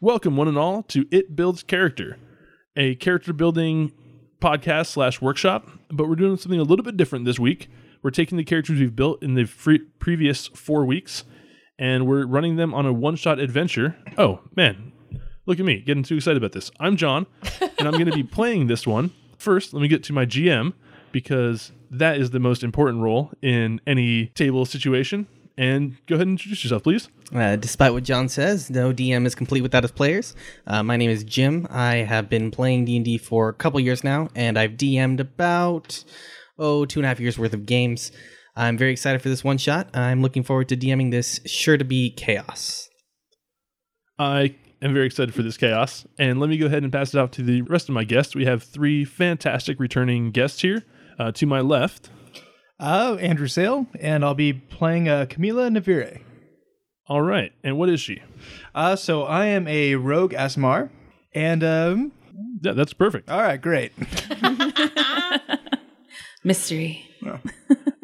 Welcome, one and all, to It Builds Character, a character building podcast slash workshop. But we're doing something a little bit different this week. We're taking the characters we've built in the free- previous four weeks and we're running them on a one shot adventure. Oh, man. Look at me getting too excited about this. I'm John, and I'm going to be playing this one. First, let me get to my GM because that is the most important role in any table situation. And go ahead and introduce yourself, please. Uh, despite what John says, no DM is complete without his players. Uh, my name is Jim. I have been playing D and D for a couple years now, and I've DM'd about oh two and a half years worth of games. I'm very excited for this one shot. I'm looking forward to DMing this. Sure to be chaos. I am very excited for this chaos. And let me go ahead and pass it off to the rest of my guests. We have three fantastic returning guests here. Uh, to my left, Uh, Andrew Sale, and I'll be playing uh, Camila Navire. all right. And what is she? Uh, so I am a rogue Asmar, and um, Yeah, that's perfect. all right, great. Mystery.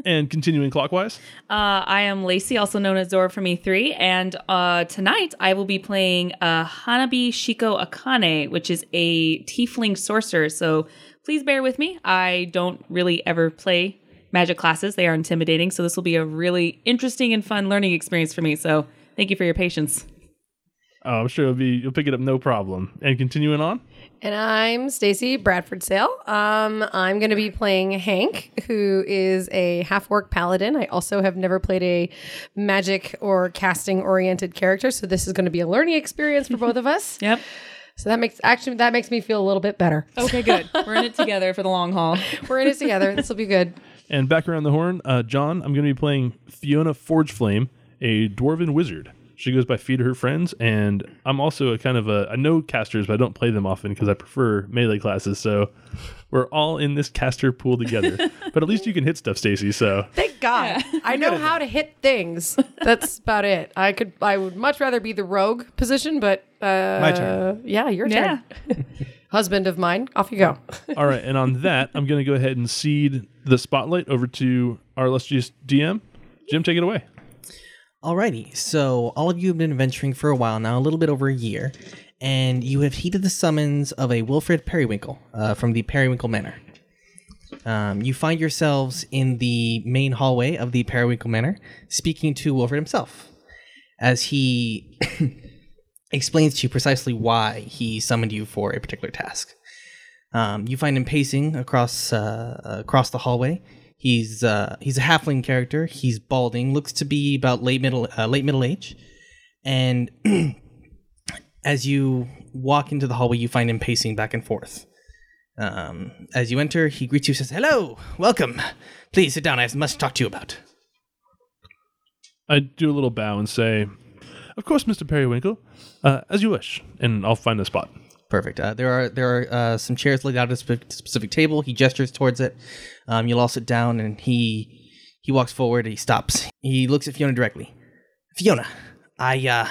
And continuing clockwise, Uh, I am Lacey, also known as Zora from E3, and uh, tonight I will be playing uh, Hanabi Shiko Akane, which is a tiefling sorcerer. So please bear with me. I don't really ever play magic classes, they are intimidating. So this will be a really interesting and fun learning experience for me. So thank you for your patience. uh, I'm sure it'll be you'll pick it up no problem. And continuing on, And I'm Stacey Bradford Sale. Um, I'm going to be playing Hank, who is a half orc paladin. I also have never played a magic or casting oriented character, so this is going to be a learning experience for both of us. Yep. So that makes actually that makes me feel a little bit better. Okay, good. We're in it together for the long haul. We're in it together. This will be good. and back around the horn, uh, John, I'm going to be playing Fiona Forgeflame, a dwarven wizard. She goes by Feed Her Friends, and I'm also a kind of a I know casters, but I don't play them often because I prefer melee classes. So we're all in this caster pool together. but at least you can hit stuff, Stacy. So Thank God. I know how to hit things. That's about it. I could I would much rather be the rogue position, but uh, My turn. Yeah, your turn. Husband of mine. Off you go. all right, and on that, I'm going to go ahead and cede the spotlight over to our illustrious DM, Jim. Take it away. Alrighty, so all of you have been adventuring for a while now, a little bit over a year, and you have heeded the summons of a Wilfred Periwinkle uh, from the Periwinkle Manor. Um, you find yourselves in the main hallway of the Periwinkle Manor, speaking to Wilfred himself, as he explains to you precisely why he summoned you for a particular task. Um, you find him pacing across uh, across the hallway. He's uh, he's a halfling character. He's balding, looks to be about late middle uh, late middle age, and as you walk into the hallway, you find him pacing back and forth. Um, as you enter, he greets you, says, "Hello, welcome. Please sit down. I have much to talk to you about." I do a little bow and say, "Of course, Mister Periwinkle, uh, as you wish," and I'll find a spot. Perfect. Uh, there are there are uh, some chairs laid out at a spe- specific table. He gestures towards it. Um, you'll all sit down, and he he walks forward. He stops. He looks at Fiona directly. Fiona, I uh,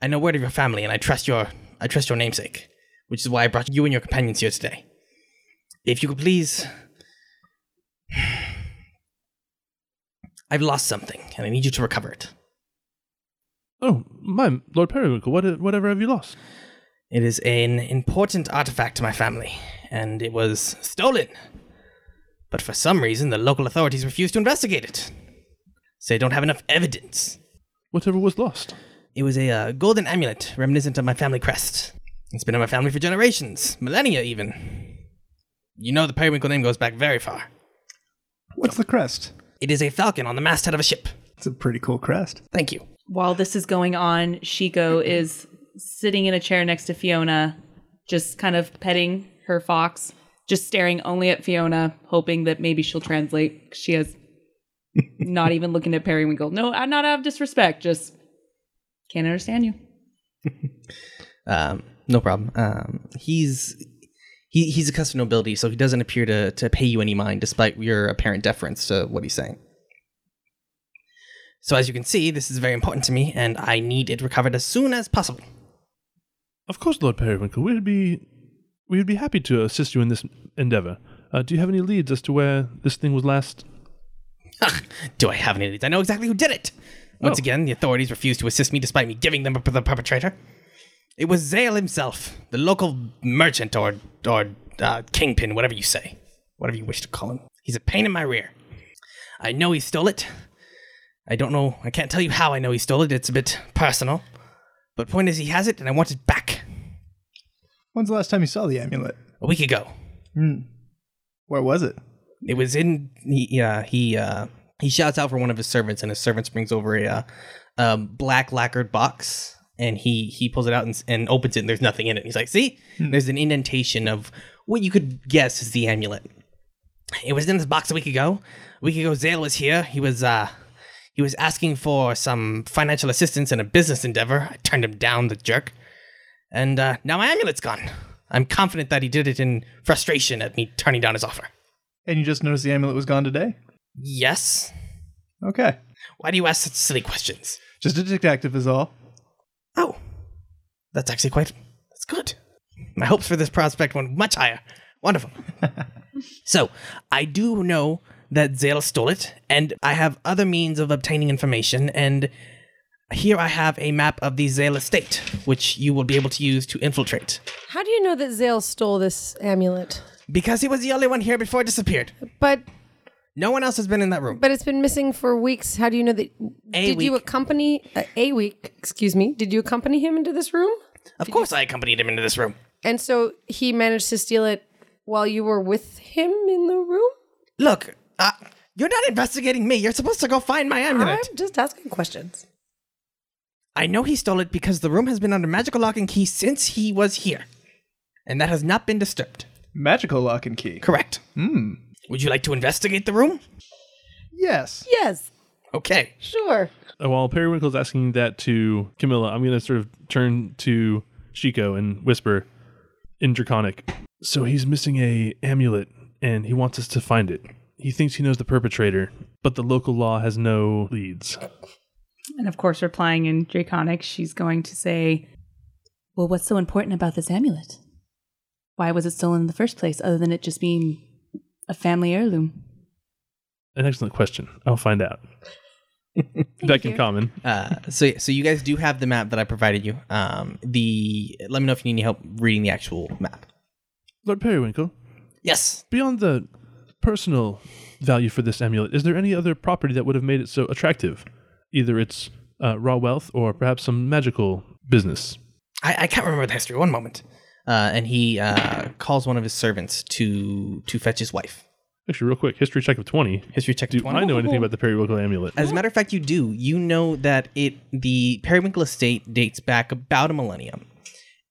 I know word of your family, and I trust your I trust your namesake, which is why I brought you and your companions here today. If you could please, I've lost something, and I need you to recover it. Oh, my Lord Periwinkle, what, whatever have you lost? It is an important artifact to my family, and it was stolen. But for some reason, the local authorities refused to investigate it. So they don't have enough evidence. Whatever was lost? It was a uh, golden amulet reminiscent of my family crest. It's been in my family for generations, millennia even. You know the periwinkle name goes back very far. What's the crest? It is a falcon on the masthead of a ship. It's a pretty cool crest. Thank you. While this is going on, Shiko is sitting in a chair next to Fiona, just kind of petting her fox, just staring only at Fiona, hoping that maybe she'll translate. She has not even looking at Periwinkle. No, I'm not out of disrespect, just can't understand you. Um, no problem. Um, he's he, he's accustomed to nobility, so he doesn't appear to, to pay you any mind, despite your apparent deference to what he's saying. So, as you can see, this is very important to me, and I need it recovered as soon as possible. Of course, Lord Periwinkle, we'd be, we'd be happy to assist you in this endeavor. Uh, do you have any leads as to where this thing was last? Ugh, do I have any leads? I know exactly who did it. Once Oh. again, the authorities refuse to assist me, despite me giving them up to the perpetrator. It was Zale himself, the local merchant or or uh, kingpin, whatever you say, whatever you wish to call him. He's a pain in my rear. I know he stole it. I don't know. I can't tell you how I know he stole it. It's a bit personal. But point is, he has it, and I want it back. When's the last time you saw the amulet? A week ago, Where was it? it was in he uh, he uh, he shouts out for one of his servants, and his servant brings over a uh, um, black lacquered box, and he he pulls it out and, s- and opens it, and there's nothing in it. He's like, "See, there's an indentation of what you could guess is the amulet. It was in this box a week ago. A week ago, Zale was here. He was uh." He was asking for some financial assistance in a business endeavor. I turned him down, the jerk. And uh, now my amulet's gone. I'm confident that he did it in frustration at me turning down his offer. And you just noticed the amulet was gone today? Yes. Okay. Why do you ask such silly questions? Just a detective is all. Oh, that's actually quite. That's good. My hopes for this prospect went much higher. Wonderful. so, I do know that Zale stole it, and I have other means of obtaining information. And here I have a map of the Zale estate, which you will be able to use to infiltrate. How do you know that Zale stole this amulet? Because he was the only one here before it disappeared. But No one else has been in that room. but it's been missing for weeks. How do you know that? A did you week. accompany uh, a week? Excuse me. Did you accompany him into this room? of course, I accompanied him into this room. And so he managed to steal it while you were with him in the room. Look, uh, you're not investigating me. You're supposed to go find my amulet. I'm just asking questions. I know he stole it because the room has been under magical lock and key since he was here. And that has not been disturbed. Magical lock and key. Correct. Hmm. Would you like to investigate the room? Yes. Yes, Okay. sure. Uh, While Periwinkle's asking that to Camilla, I'm going to sort of turn to Shiko and whisper in Draconic. So he's missing a amulet, and he wants us to find it. He thinks he knows the perpetrator, but the local law has no leads. And of course, replying in Draconic, she's going to say, Well, what's so important about this amulet? Why was it stolen in the first place, other than it just being a family heirloom? An excellent question. I'll find out. Back in common. Uh, so, so you guys do have the map that I provided you. Um, the let me know if you need any help reading the actual map. Lord Periwinkle, Yes. beyond the personal value for this amulet, is there any other property that would have made it so attractive? Either its uh, raw wealth or perhaps some magical business. I, I can't remember the history. One moment. Uh, and he uh, calls one of his servants to to fetch his wife. Actually, real quick, history check of 20. History check. Do 20. I know anything about the periwinkle amulet? As a matter of fact, you do. You know that it the Periwinkle Estate dates back about a millennium,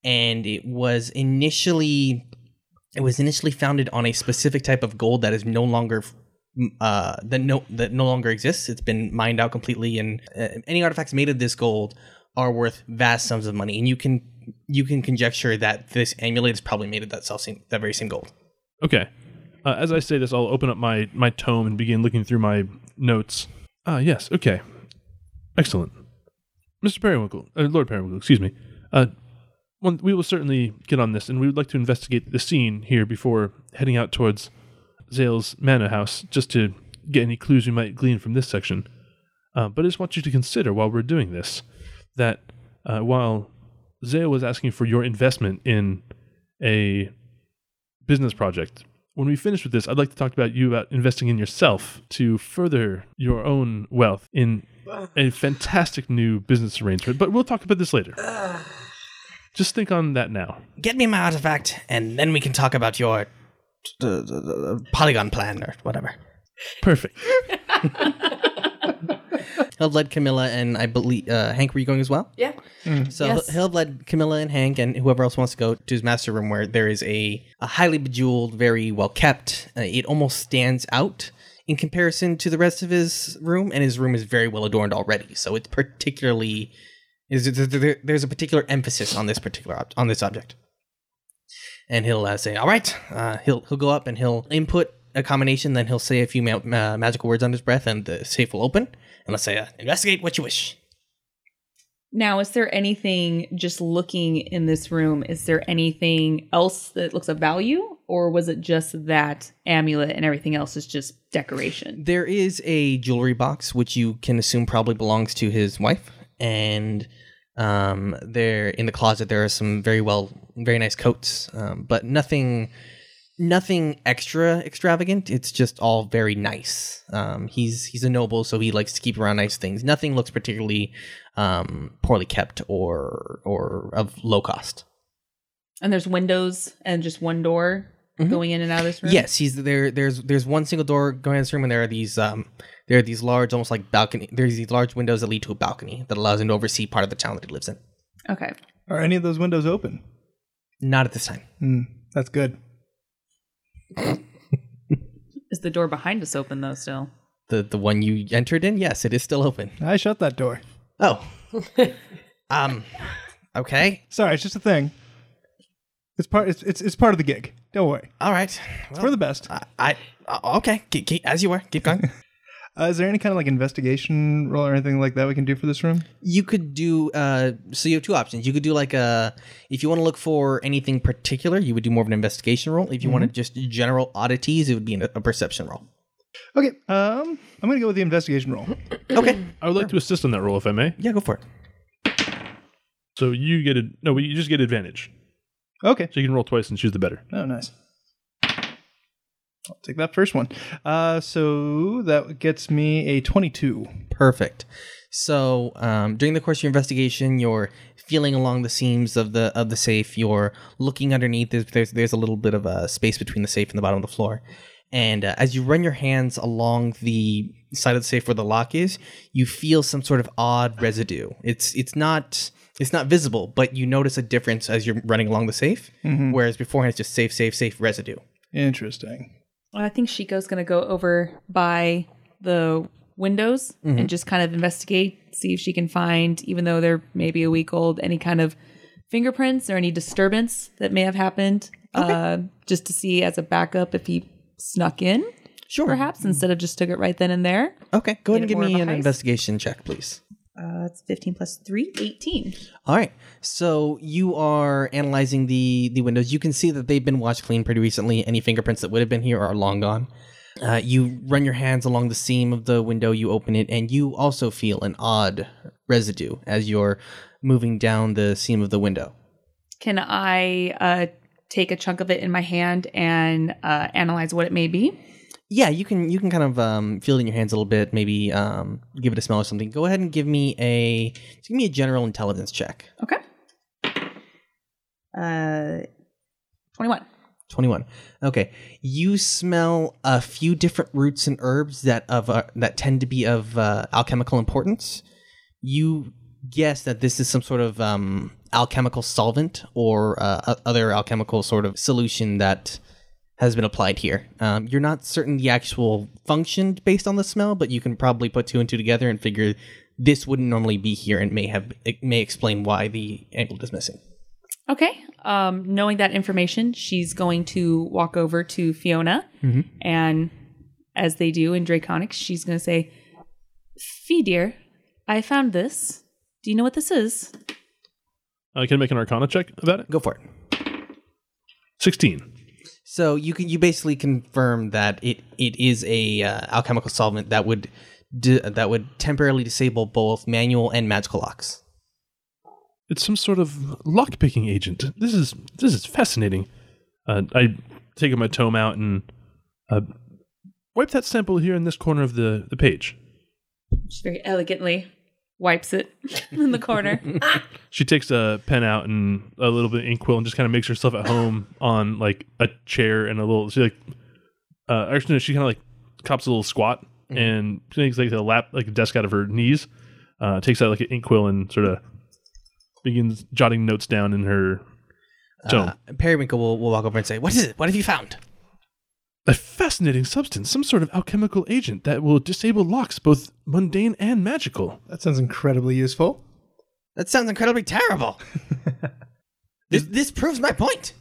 and it was initially it was initially founded on a specific type of gold that is no longer uh, that no that no longer exists. It's been mined out completely, and uh, any artifacts made of this gold are worth vast sums of money. And you can you can conjecture that this amulet is probably made of that self same, that very same gold. Okay. Uh, as I say this, I'll open up my, my tome and begin looking through my notes. Ah, yes. Okay. Excellent. Mr. Periwinkle, uh, Lord Periwinkle, excuse me. Uh, one, we will certainly get on this, and we would like to investigate the scene here before heading out towards Zale's manor house, just to get any clues we might glean from this section. Uh, but I just want you to consider while we're doing this that uh, while Zale was asking for your investment in a business project. When we finish with this, I'd like to talk about you about investing in yourself to further your own wealth in a fantastic new business arrangement. But we'll talk about this later. Just think on that now. Get me my artifact, and then we can talk about your. uh, uh, uh, Polygon plan or whatever. Perfect. Held led Camilla and I believe uh, Hank. Were you going as well? Yeah. So Yes. Held led Camilla and Hank and whoever else wants to go to his master room, where there is a, a highly bejeweled, very well kept. Uh, it almost stands out in comparison to the rest of his room, and his room is very well adorned already. So it's particularly is there- there- there's a particular emphasis on this particular ob- on this object. And he'll uh, say, "All right." Uh, he'll he'll go up and he'll input a combination. Then he'll say a few ma- uh, magical words under his breath, and the safe will open. And let's say, uh, "Investigate what you wish." Now, is there anything just looking in this room? Is there anything else that looks of value, or was it just that amulet and everything else is just decoration? There is a jewelry box which you can assume probably belongs to his wife, and Um, there in the closet there are some very well, very nice coats, um, but nothing, nothing extra extravagant. It's just all very nice. Um, he's he's a noble, so he likes to keep around nice things. Nothing looks particularly um, poorly kept or or of low cost. And there's windows and just one door going in and out of this room. Yes, he's there. There's there's one single door going in this room, and there are these um there are these large, almost like balcony. There's these large windows that lead to a balcony that allows him to oversee part of the town that he lives in. Okay. Are any of those windows open? Not at this time. Hmm, that's good. Is the door behind us open though? Still. The the one you entered in, yes, it is still open. I shut that door. Oh, um, okay, Sorry, it's just a thing. It's part. It's it's, it's part of the gig. Don't worry. all right. We're Well, the best. I, I uh, okay. Keep, keep, as you were, keep going. Uh, is there any kind of like investigation roll or anything like that we can do for this room? you could do uh so you have two options you could do like a if you want to look for anything particular you would do more of an investigation role if you wanted just general oddities it would be an, a perception roll Okay. Um, I'm gonna go with the investigation roll. okay I would like to assist on that roll if I may. yeah go for it So you get a no, you just get advantage. Okay. So you can roll twice and choose the better. Oh, nice. I'll take that first one. Uh, so that gets me a 22. Perfect. So um, during the course of your investigation, you're feeling along the seams of the of the safe. You're looking underneath. There's there's, there's a little bit of a space between the safe and the bottom of the floor. And uh, as you run your hands along the side of the safe where the lock is, you feel some sort of odd residue. It's it's not it's not visible, but you notice a difference as you're running along the safe. Whereas beforehand, it's just safe, safe, safe residue. Interesting. Well, I think Shiko's going to go over by the windows and just kind of investigate, see if she can find, even though they're maybe a week old, any kind of fingerprints or any disturbance that may have happened, uh, just to see as a backup if he snuck in, Sure. perhaps, instead of just took it right then and there. Okay. Go ahead and Get give more of me a an heist. investigation check, please. Uh, it's 15 plus 3, 18. All right. So you are analyzing the the windows. You can see that they've been washed clean pretty recently. Any fingerprints that would have been here are long gone. Uh, you run your hands along the seam of the window. You open it, and you also feel an odd residue as you're moving down the seam of the window. Can I uh, take a chunk of it in my hand and uh, analyze what it may be? Yeah, you can you can kind of um, feel it in your hands a little bit. Maybe um, give it a smell or something. Go ahead and give me a just give me a general intelligence check. Okay. Uh, 21. 21 okay you smell a few different roots and herbs that of uh, that tend to be of uh, alchemical importance you guess that this is some sort of um, alchemical solvent or uh, o- other alchemical sort of solution that has been applied here um, you're not certain the actual function based on the smell but you can probably put two and two together and figure this wouldn't normally be here and may have it may explain why the anklet is missing Okay. Um, knowing that information, she's going to walk over to Fiona, and as they do in Draconics, she's going to say, "Fee dear, I found this. Do you know what this is?" Uh, can I make an Arcana check about it? go for it Sixteen. So you can you basically confirm that it it is a uh, alchemical solvent that would di- that would temporarily disable both manual and magical locks. It's some sort of lockpicking agent. This is this is fascinating. Uh, I take my tome out and uh, wipe that sample here in this corner of the, the page. She very elegantly wipes it in the corner. She takes a pen out and a little bit of ink quill and just kind of makes herself at home on like a chair and a little. She like uh, actually no, she kind of like cops a little squat and she takes like a lap like a desk out of her knees. Uh, takes out like an ink quill and sort of begins jotting notes down in her tome. Uh, Periwinkle will, will walk over and say, "What is it? What have you found?" a fascinating substance, some sort of alchemical agent that will disable locks, both mundane and magical. That sounds incredibly useful. That sounds incredibly terrible. this this proves my point.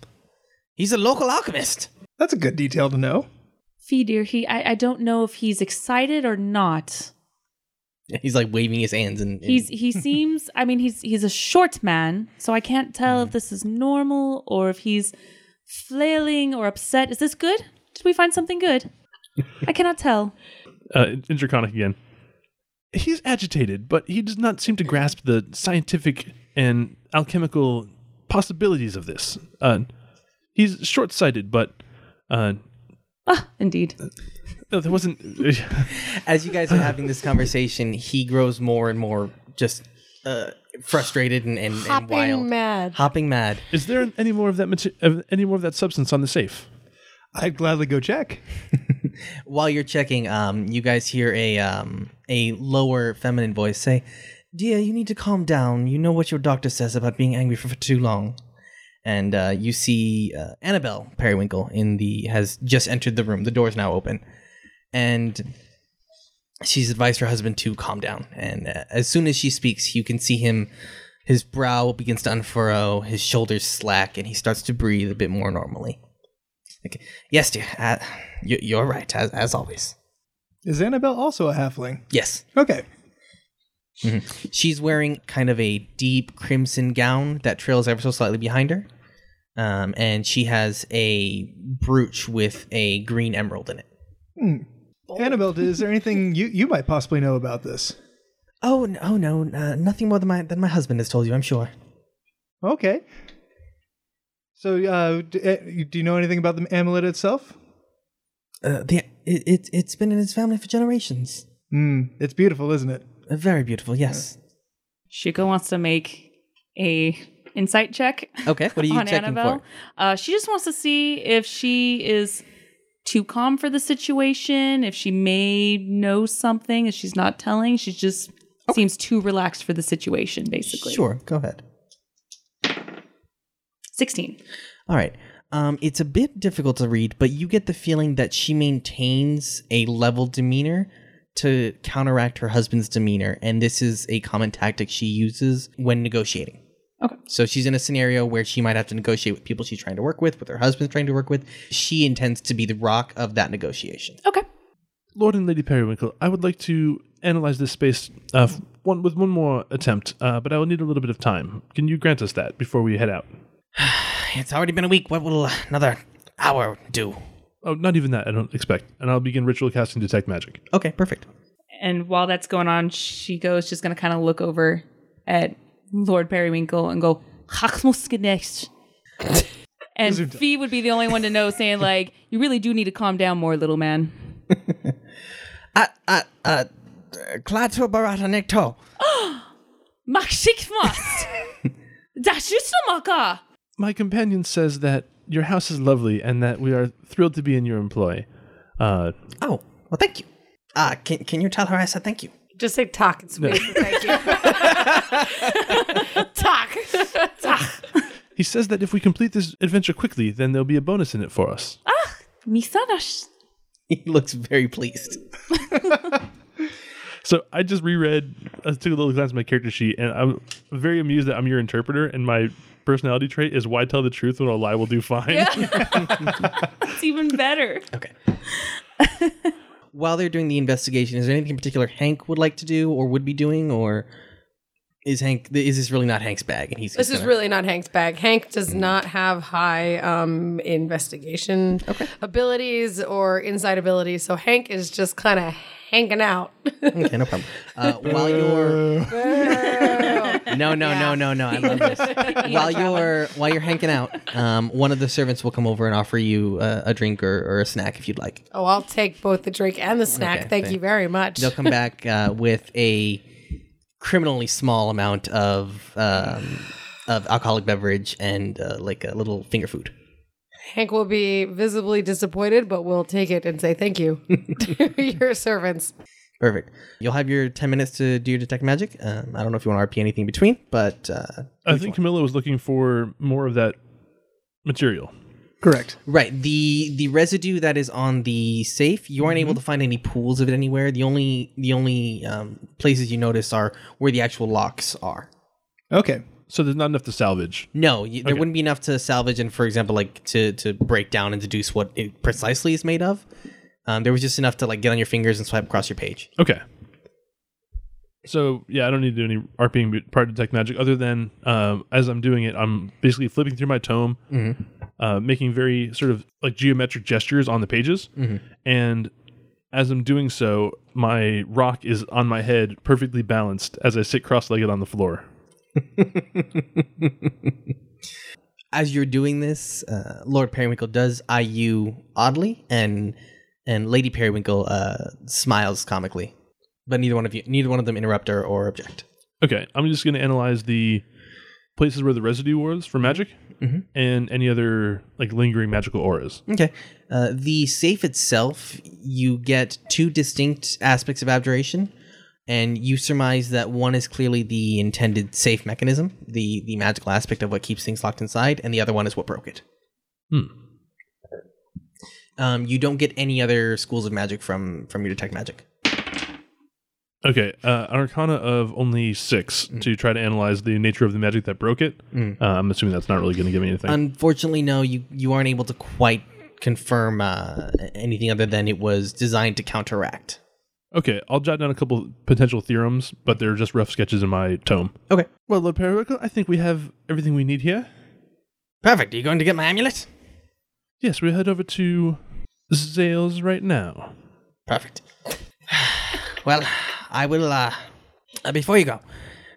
He's a local alchemist. That's a good detail to know. Fee dear, he I, I don't know if he's excited or not. He's like waving his hands and, and He's he seems I mean he's he's a short man, so I can't tell if this is normal or if he's flailing or upset. Is this good? Did we find something good? I cannot tell. Uh, Interconic again. he's agitated, but he does not seem to grasp the scientific and alchemical possibilities of this. Uh, he's short sighted, but uh, Ah, Indeed. no, there wasn't. As you guys are having this conversation, he grows more and more just uh, frustrated and, and, and wild. Hopping mad. Hopping mad. Is there any more of that mate- of any more of that substance on the safe? I'd gladly go check. While you're checking, um, you guys hear a um, a lower feminine voice say, "Dear, you need to calm down. You know what your doctor says about being angry for, for too long." And uh, you see uh, Annabelle Periwinkle in the has just entered the room. The door's now open, and she's advised her husband to calm down. And uh, as soon as she speaks, you can see him. His brow begins to unfurrow, his shoulders slack, and he starts to breathe a bit more normally. Okay. Yes, dear. Uh, you, you're right, as, as always. Is Annabelle also a halfling? Yes. Okay. She's wearing kind of a deep crimson gown that trails ever so slightly behind her. Um, and she has a brooch with a green emerald in it. Annabelle, is there anything you, you might possibly know about this? Oh, n- oh no, uh, nothing more than my than my husband has told you, I'm sure. Okay. So, uh, do, eh, do you know anything about the amulet itself? Uh, the, it, it, it's been in his family for generations. Hmm, it's beautiful, isn't it? Uh, very beautiful, yes. Shiko wants to make a insight check. Okay, what are you on checking Annabelle. Uh, she just wants to see if she is too calm for the situation, if she may know something that she's not telling. She just seems too relaxed for the situation, for? basically. Sure, go ahead. 16. All right. Um, it's a bit difficult to read, but you get the feeling that she maintains a level demeanor to counteract her husband's demeanor, and this is a common tactic she uses when negotiating. Okay. So she's in a scenario where she might have to negotiate with people she's trying to work with, with her husband's trying to work with. She intends to be the rock of that negotiation. Okay. Lord and Lady Periwinkle, I would like to analyze this space uh, f- one with one more attempt, uh, but I will need a little bit of time. Can you grant us that before we head out? It's already been a week. What will another hour do? Oh, not even that. I don't expect. And I'll begin ritual casting detect magic. Okay, perfect. And while that's going on, Shiko's just going to kind of look over at Lord Periwinkle and go, "Haxmuskenex." And Fee would be the only one to know, saying, like, you really do need to calm down more, little man. Uh, uh, uh, Klaatu Barata Nikto. Mach Schickfast! Das ist Maka! My companion says that your house is lovely and that we are thrilled to be in your employ. Uh, Oh, well, thank you. Uh, can, can you tell her I said thank you? Just say talk. It's weird. Thank you. talk. he says that if we complete this adventure quickly, then there'll be a bonus in it for us. Misadash. He looks very pleased. So I just reread, I took a little glance at my character sheet, and I'm very amused that I'm your interpreter, and my personality trait is why tell the truth when a lie will do fine. It's even better. Okay. While they're doing the investigation, is there anything in particular Hank would like to do or would be doing, or is Hank is this really not Hank's bag? And he's This just is gonna- really not Hank's bag. Hank Mm. does not have high um, investigation abilities or inside abilities, so Hank is just kind of hanging out. okay, no problem. Uh, while you're no no no no no, I love this. while you're while you're hanking out, um, one of the servants will come over and offer you uh, a drink or, or a snack if you'd like. oh, I'll take both the drink and the snack. Okay, thank thank- you very much. they'll come back uh, with a criminally small amount of um, of alcoholic beverage and uh, like a little finger food. Hank will be visibly disappointed, but we'll take it and say thank you to your servants. Perfect. You'll have your ten minutes to do your detect magic. Um, I don't know if you want to RP anything in between, but uh, I think Camilla was looking for more of that material. Correct. right the the residue that is on the safe, you aren't able to find any pools of it anywhere. The only the only um, places you notice are where the actual locks are. Okay. So there's not enough to salvage. No, you, there wouldn't be enough to salvage and, for example, like to to break down and deduce what it precisely is made of. Um, there was just enough to like get on your fingers and swipe across your page. Okay. So yeah, I don't need to do any RPing prior to detect magic, other than um, as I'm doing it, I'm basically flipping through my tome, uh, making very sort of like geometric gestures on the pages, and As I'm doing so, my rock is on my head, perfectly balanced, as I sit cross legged on the floor. As you're doing this, uh, Lord Periwinkle does eye you oddly, and and Lady Periwinkle uh, smiles comically. But neither one of you, neither one of them interrupt or, or object. Okay, I'm just going to analyze the places where the residue was for magic Mhm. and any other like lingering magical auras. Okay. Uh, the safe itself, you get two distinct aspects of abjuration, and you surmise that one is clearly the intended safe mechanism, the, the magical aspect of what keeps things locked inside, and the other one is what broke it. Hmm. Um, you don't get any other schools of magic from from your detect magic. Okay, uh, an arcana of only six to try to analyze the nature of the magic that broke it. Uh, I'm assuming that's not really going to give me anything. Unfortunately, no, you you aren't able to quite confirm uh, anything other than it was designed to counteract. Okay, I'll jot down a couple potential theorems, but they're just rough sketches in my tome. Okay, Well, Lord Periwinkle, I think we have everything we need here. perfect. Are you going to get my amulet? Yes, we head over to Zales right now. Perfect. well, I will. Uh, uh, before you go,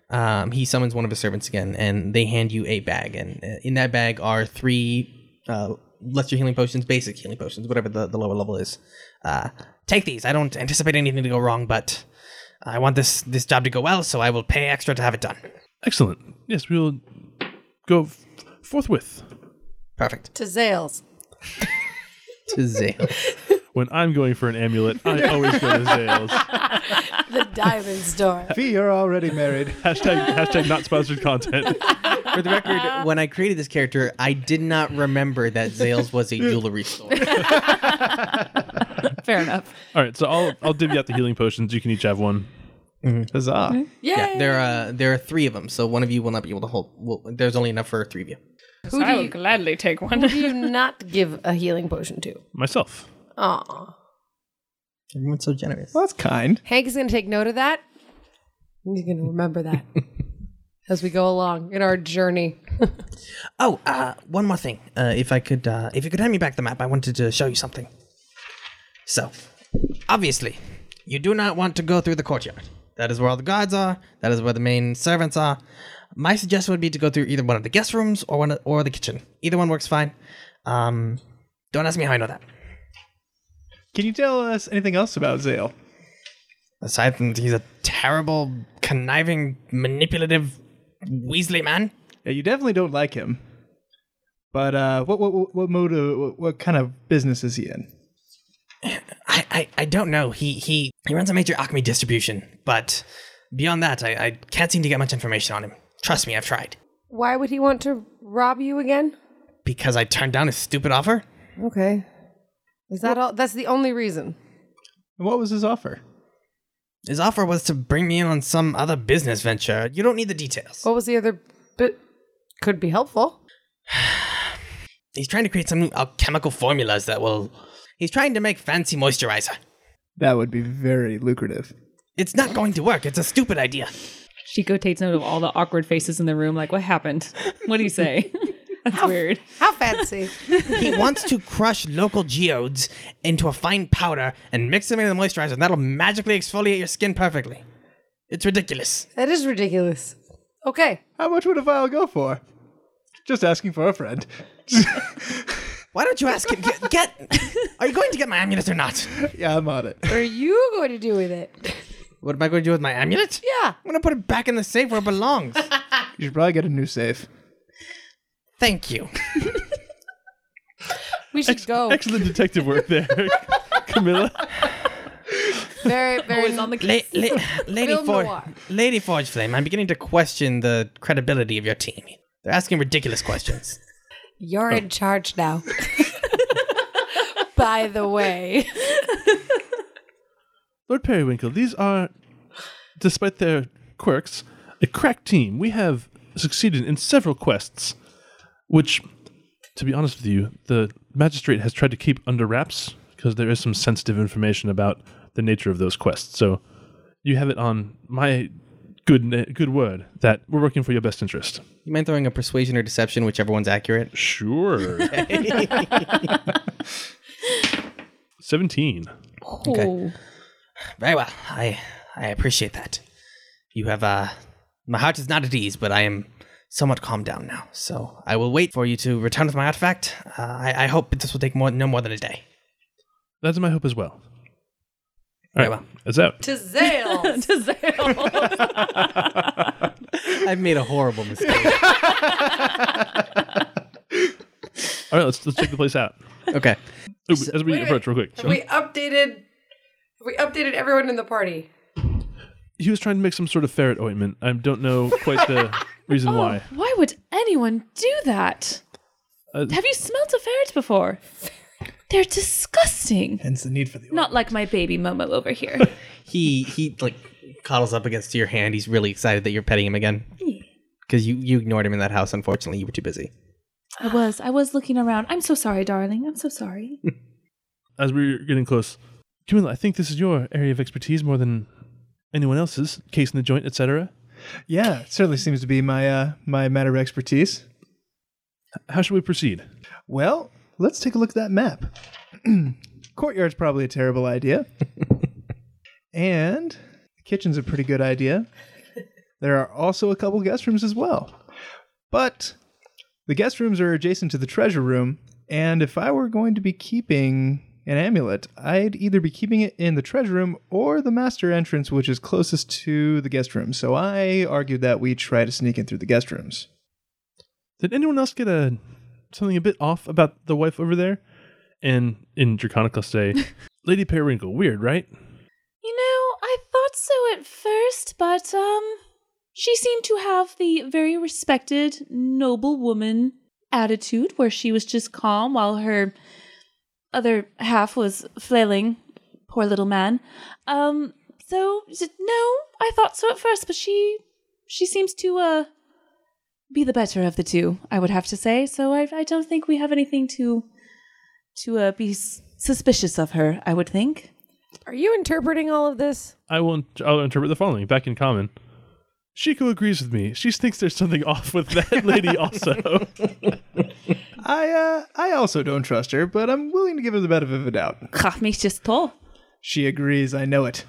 um, he summons one of his servants again, and they hand you a bag. And uh, in that bag are three uh, lesser healing potions, basic healing potions, whatever the, the lower level is. Uh, take these. I don't anticipate anything to go wrong, but I want this this job to go well, so I will pay extra to have it done. Excellent. Yes, we will go f- forthwith. Perfect. To Zales. To Zale. When I'm going for an amulet, I always go to Zales. The diamond store. Fee, you're already married. hashtag, hashtag not sponsored content. For the record, when I created this character, I did not remember that Zales was a jewelry store. Fair enough. All right, so I'll, I'll divvy out the healing potions. You can each have one. Huzzah. Yeah. Yeah, there are there are three of them, so one of you will not be able to hold. Well, there's only enough for three of you. Who do, you, gladly take one. who do you not give a healing potion to? Myself. Aw. Everyone's so generous. Well, that's kind. Hank's going to take note of that. He's going to remember that as we go along in our journey. Oh, uh, one more thing. Uh, if I could, uh, if you could hand me back the map, I wanted to show you something. So, obviously, you do not want to go through the courtyard. That is where all the guards are. That is where the main servants are. My suggestion would be to go through either one of the guest rooms or one of- or the kitchen. Either one works fine. Um, don't ask me how I know that. Can you tell us anything else about Zale? Aside from he's a terrible, conniving, manipulative, Weasley man. Yeah, you definitely don't like him. But uh, what what what- what mode of, what, what kind of business is he in? I, I, I don't know. He he he runs a major alchemy distribution, but beyond that, I, I can't seem to get much information on him. Trust me, I've tried. Why would he want to rob you again? Because I turned down his stupid offer? Okay. Is that all? That's the only reason. And what was his offer? His offer was to bring me in on some other business venture. You don't need the details. What was the other bit? Could be helpful. He's trying to create some new alchemical formulas that will. He's trying to make fancy moisturizer. That would be very lucrative. It's not going to work. It's a stupid idea. Chico takes note of all the awkward faces in the room. Like, what happened? What do you say? That's weird. How fancy. He wants to crush local geodes into a fine powder and mix them into the moisturizer, and that'll magically exfoliate your skin perfectly. It's ridiculous. that is ridiculous. Okay. How much would a vial go for? Just asking for a friend. Why don't you ask him? Get, get- are you going to get my amulet or not? yeah, I'm on it. What are you going to do with it? What am I going to do with my amulet? Yeah. I'm gonna put it back in the safe where it belongs. You should probably get a new safe. Thank you. We should go. Excellent detective work there, Camilla. Very, very. Always on the La- case. la- Lady, Film For- noir. Lady Forge Flame, I'm beginning to question the credibility of your team. They're asking ridiculous questions. You're Oh. in charge now. By the way, Lord Periwinkle, these are, despite their quirks, a crack team. We have succeeded in several quests, which, to be honest with you, the magistrate has tried to keep under wraps because there is some sensitive information about the nature of those quests. So you have it on my good na- good word that we're working for your best interest. You mind throwing a persuasion or deception, whichever one's accurate? Sure. 17. Oh. Very well. I I appreciate that. You have uh my heart is not at ease, but I am somewhat calmed down now. So I will wait for you to return with my artifact. Uh, I, I hope this will take more no more than a day. That's my hope as well. All Very right, that's out. To Zales. To Zales. well. I've made a horrible mistake. All right, let's let's check the place out. okay. Ooh, as we Wait, approach, real wait. quick. Have we updated? Have we updated everyone in the party? He was trying to make some sort of ferret ointment. I don't know quite the reason why. Why would anyone do that? Uh, Have you smelt a ferret before? They're disgusting. Hence the need for the. Not like my baby Momo over here. He he like cuddles up against your hand. He's really excited that you're petting him again. Because you, you ignored him in that house, unfortunately. You were too busy. I was. I was looking around. I'm so sorry, darling. I'm so sorry. Oh. As we're getting close, Camilla, I think this is your area of expertise more than anyone else's. Case in the joint, etc. Yeah, it certainly seems to be my uh, my matter of expertise. How should we proceed? Well, let's take a look at that map. Courtyard's probably a terrible idea. and the kitchen's a pretty good idea. There are also a couple guest rooms as well. But the guest rooms are adjacent to the treasure room, and if I were going to be keeping an amulet, I'd either be keeping it in the treasure room or the master entrance, which is closest to the guest room. So I argued that we try to sneak in through the guest rooms. Did anyone else get a something a bit off about the wife over there? And in Draconica say, Lady Periwinkle, weird, right? You know, I thought so at first, but um she seemed to have the very respected noble woman attitude where she was just calm while her other half was flailing. Poor little man. Um so s- no, I thought so at first, but she she seems to uh be the better of the two, I would have to say. So I I don't think we have anything to to uh, be s- suspicious of her, I would think. Are you interpreting all of this? I will. I'll interpret the following back in common. Shiko agrees with me. She thinks there's something off with that lady. Also, I uh, I also don't trust her, but I'm willing to give her the benefit of the doubt. Ach, mich just toll. She agrees. I know it.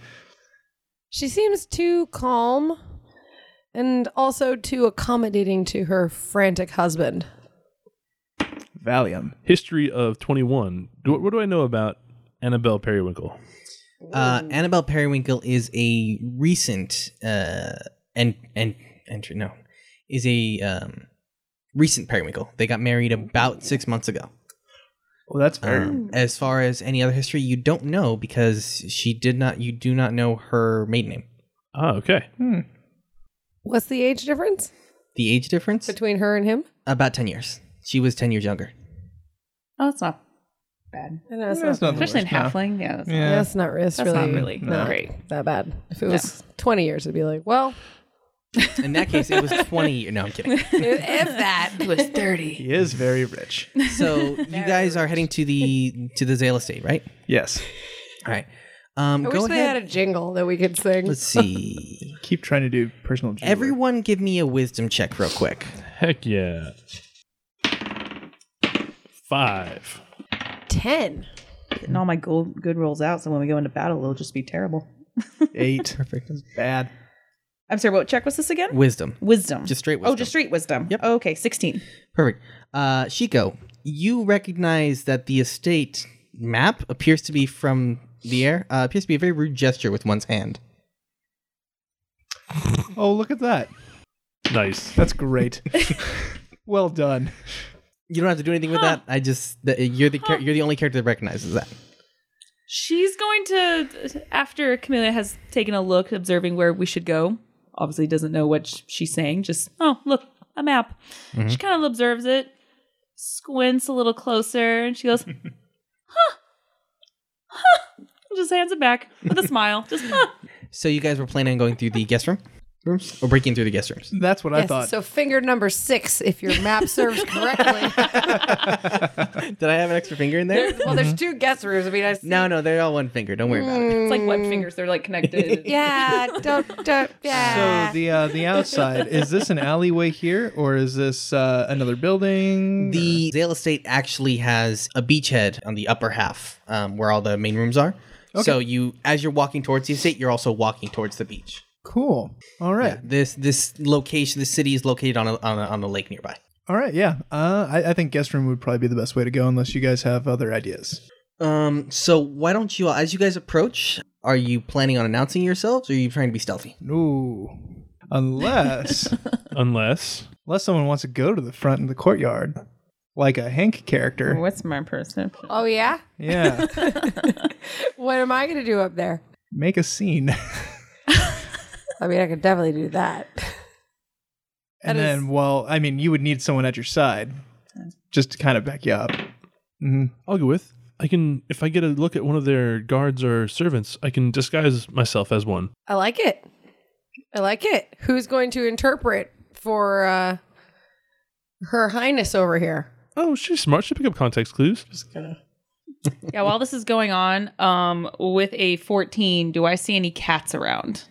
She seems too calm, and also too accommodating to her frantic husband. Valium. history of 21. Do, what do I know about Annabelle Periwinkle? Uh, Annabelle Periwinkle is a recent uh, and and entry. No, is a um, recent Periwinkle. They got married about six months ago. Well, that's fair. Um, as far as any other history, you don't know because she did not. You do not know her maiden name. Ah, okay. What's the age difference The age difference between her and him? about ten years. She was ten years younger. Oh, that's not bad. I know it's That's not, not the Especially in worst, no. halfling. Yeah. That's, Yeah. that's not. It's that's really, not really no. great. that bad. If it was twenty years, it'd be like, well, In that case, it was twenty. year- No, I'm kidding. if that. It was dirty. He is very rich. So you guys are heading to the to the Zale estate, right? yes. All right. Um, I go ahead. wish they had a jingle that we could sing. Let's see. Keep trying to do personal. jeweler. Everyone, give me a wisdom check real quick. Heck yeah. Five. Ten. getting all my gold, good rolls out. So when we go into battle, it'll just be terrible. eight. Perfect. Bad. I'm sorry. What check was this again? Wisdom. Wisdom. Just straight Oh, wisdom. just straight wisdom. Yep. Oh, okay, sixteen. Perfect. Uh, Shiko, you recognize that the estate map appears to be from the air. Uh, appears to be a very rude gesture with one's hand. Oh, look at that. Nice. That's great. well done. You don't have to do anything with that. I just that you're the char- you're the only character that recognizes that. She's going to, after Camilla has taken a look, observing where we should go, obviously doesn't know what sh- she's saying, just, oh, look, a map. Mm-hmm. She kind of observes it, squints a little closer, and she goes, huh, huh. Just hands it back with a smile. Just, huh. So you guys were planning on going through the guest room rooms or breaking through the guest rooms. That's what I thought. So finger number six, if your map serves correctly. Did I have an extra finger in there? well, there's two guest rooms. I mean, I. no, no, they're all one finger. Don't worry about it. It's like web fingers, they're like connected. Yeah, don't, don't, yeah. So the uh, the outside is this an alleyway here or is this uh, another Mm. building? The Zale Estate actually has a beachhead on the upper half um, where all the main rooms are. So you, as you're walking towards the estate, you're also walking towards the beach. Cool. All right. This this location, the city is located on a, on a, on a lake nearby. All right. Yeah. Uh, I, I think guest room would probably be the best way to go, unless you guys have other ideas. Um, so why don't you, as you guys approach, are you planning on announcing yourselves, or are you trying to be stealthy? No. Unless, Unless unless someone wants to go to the front in the courtyard, like a Hank character. What's my perception? Oh yeah. Yeah. What am I going to do up there? Make a scene, I mean, I could definitely do that. and That is- then, well, I mean, you would need someone at your side, just to kind of back you up. hmm I'll go with. I can if I get a look at one of their guards or servants, I can disguise myself as one. I like it. I like it. Who's going to interpret for uh, her highness over here? Oh, she's smart. She pick up context clues. Yeah, while this is going on, um, with a 14, do I see any cats around?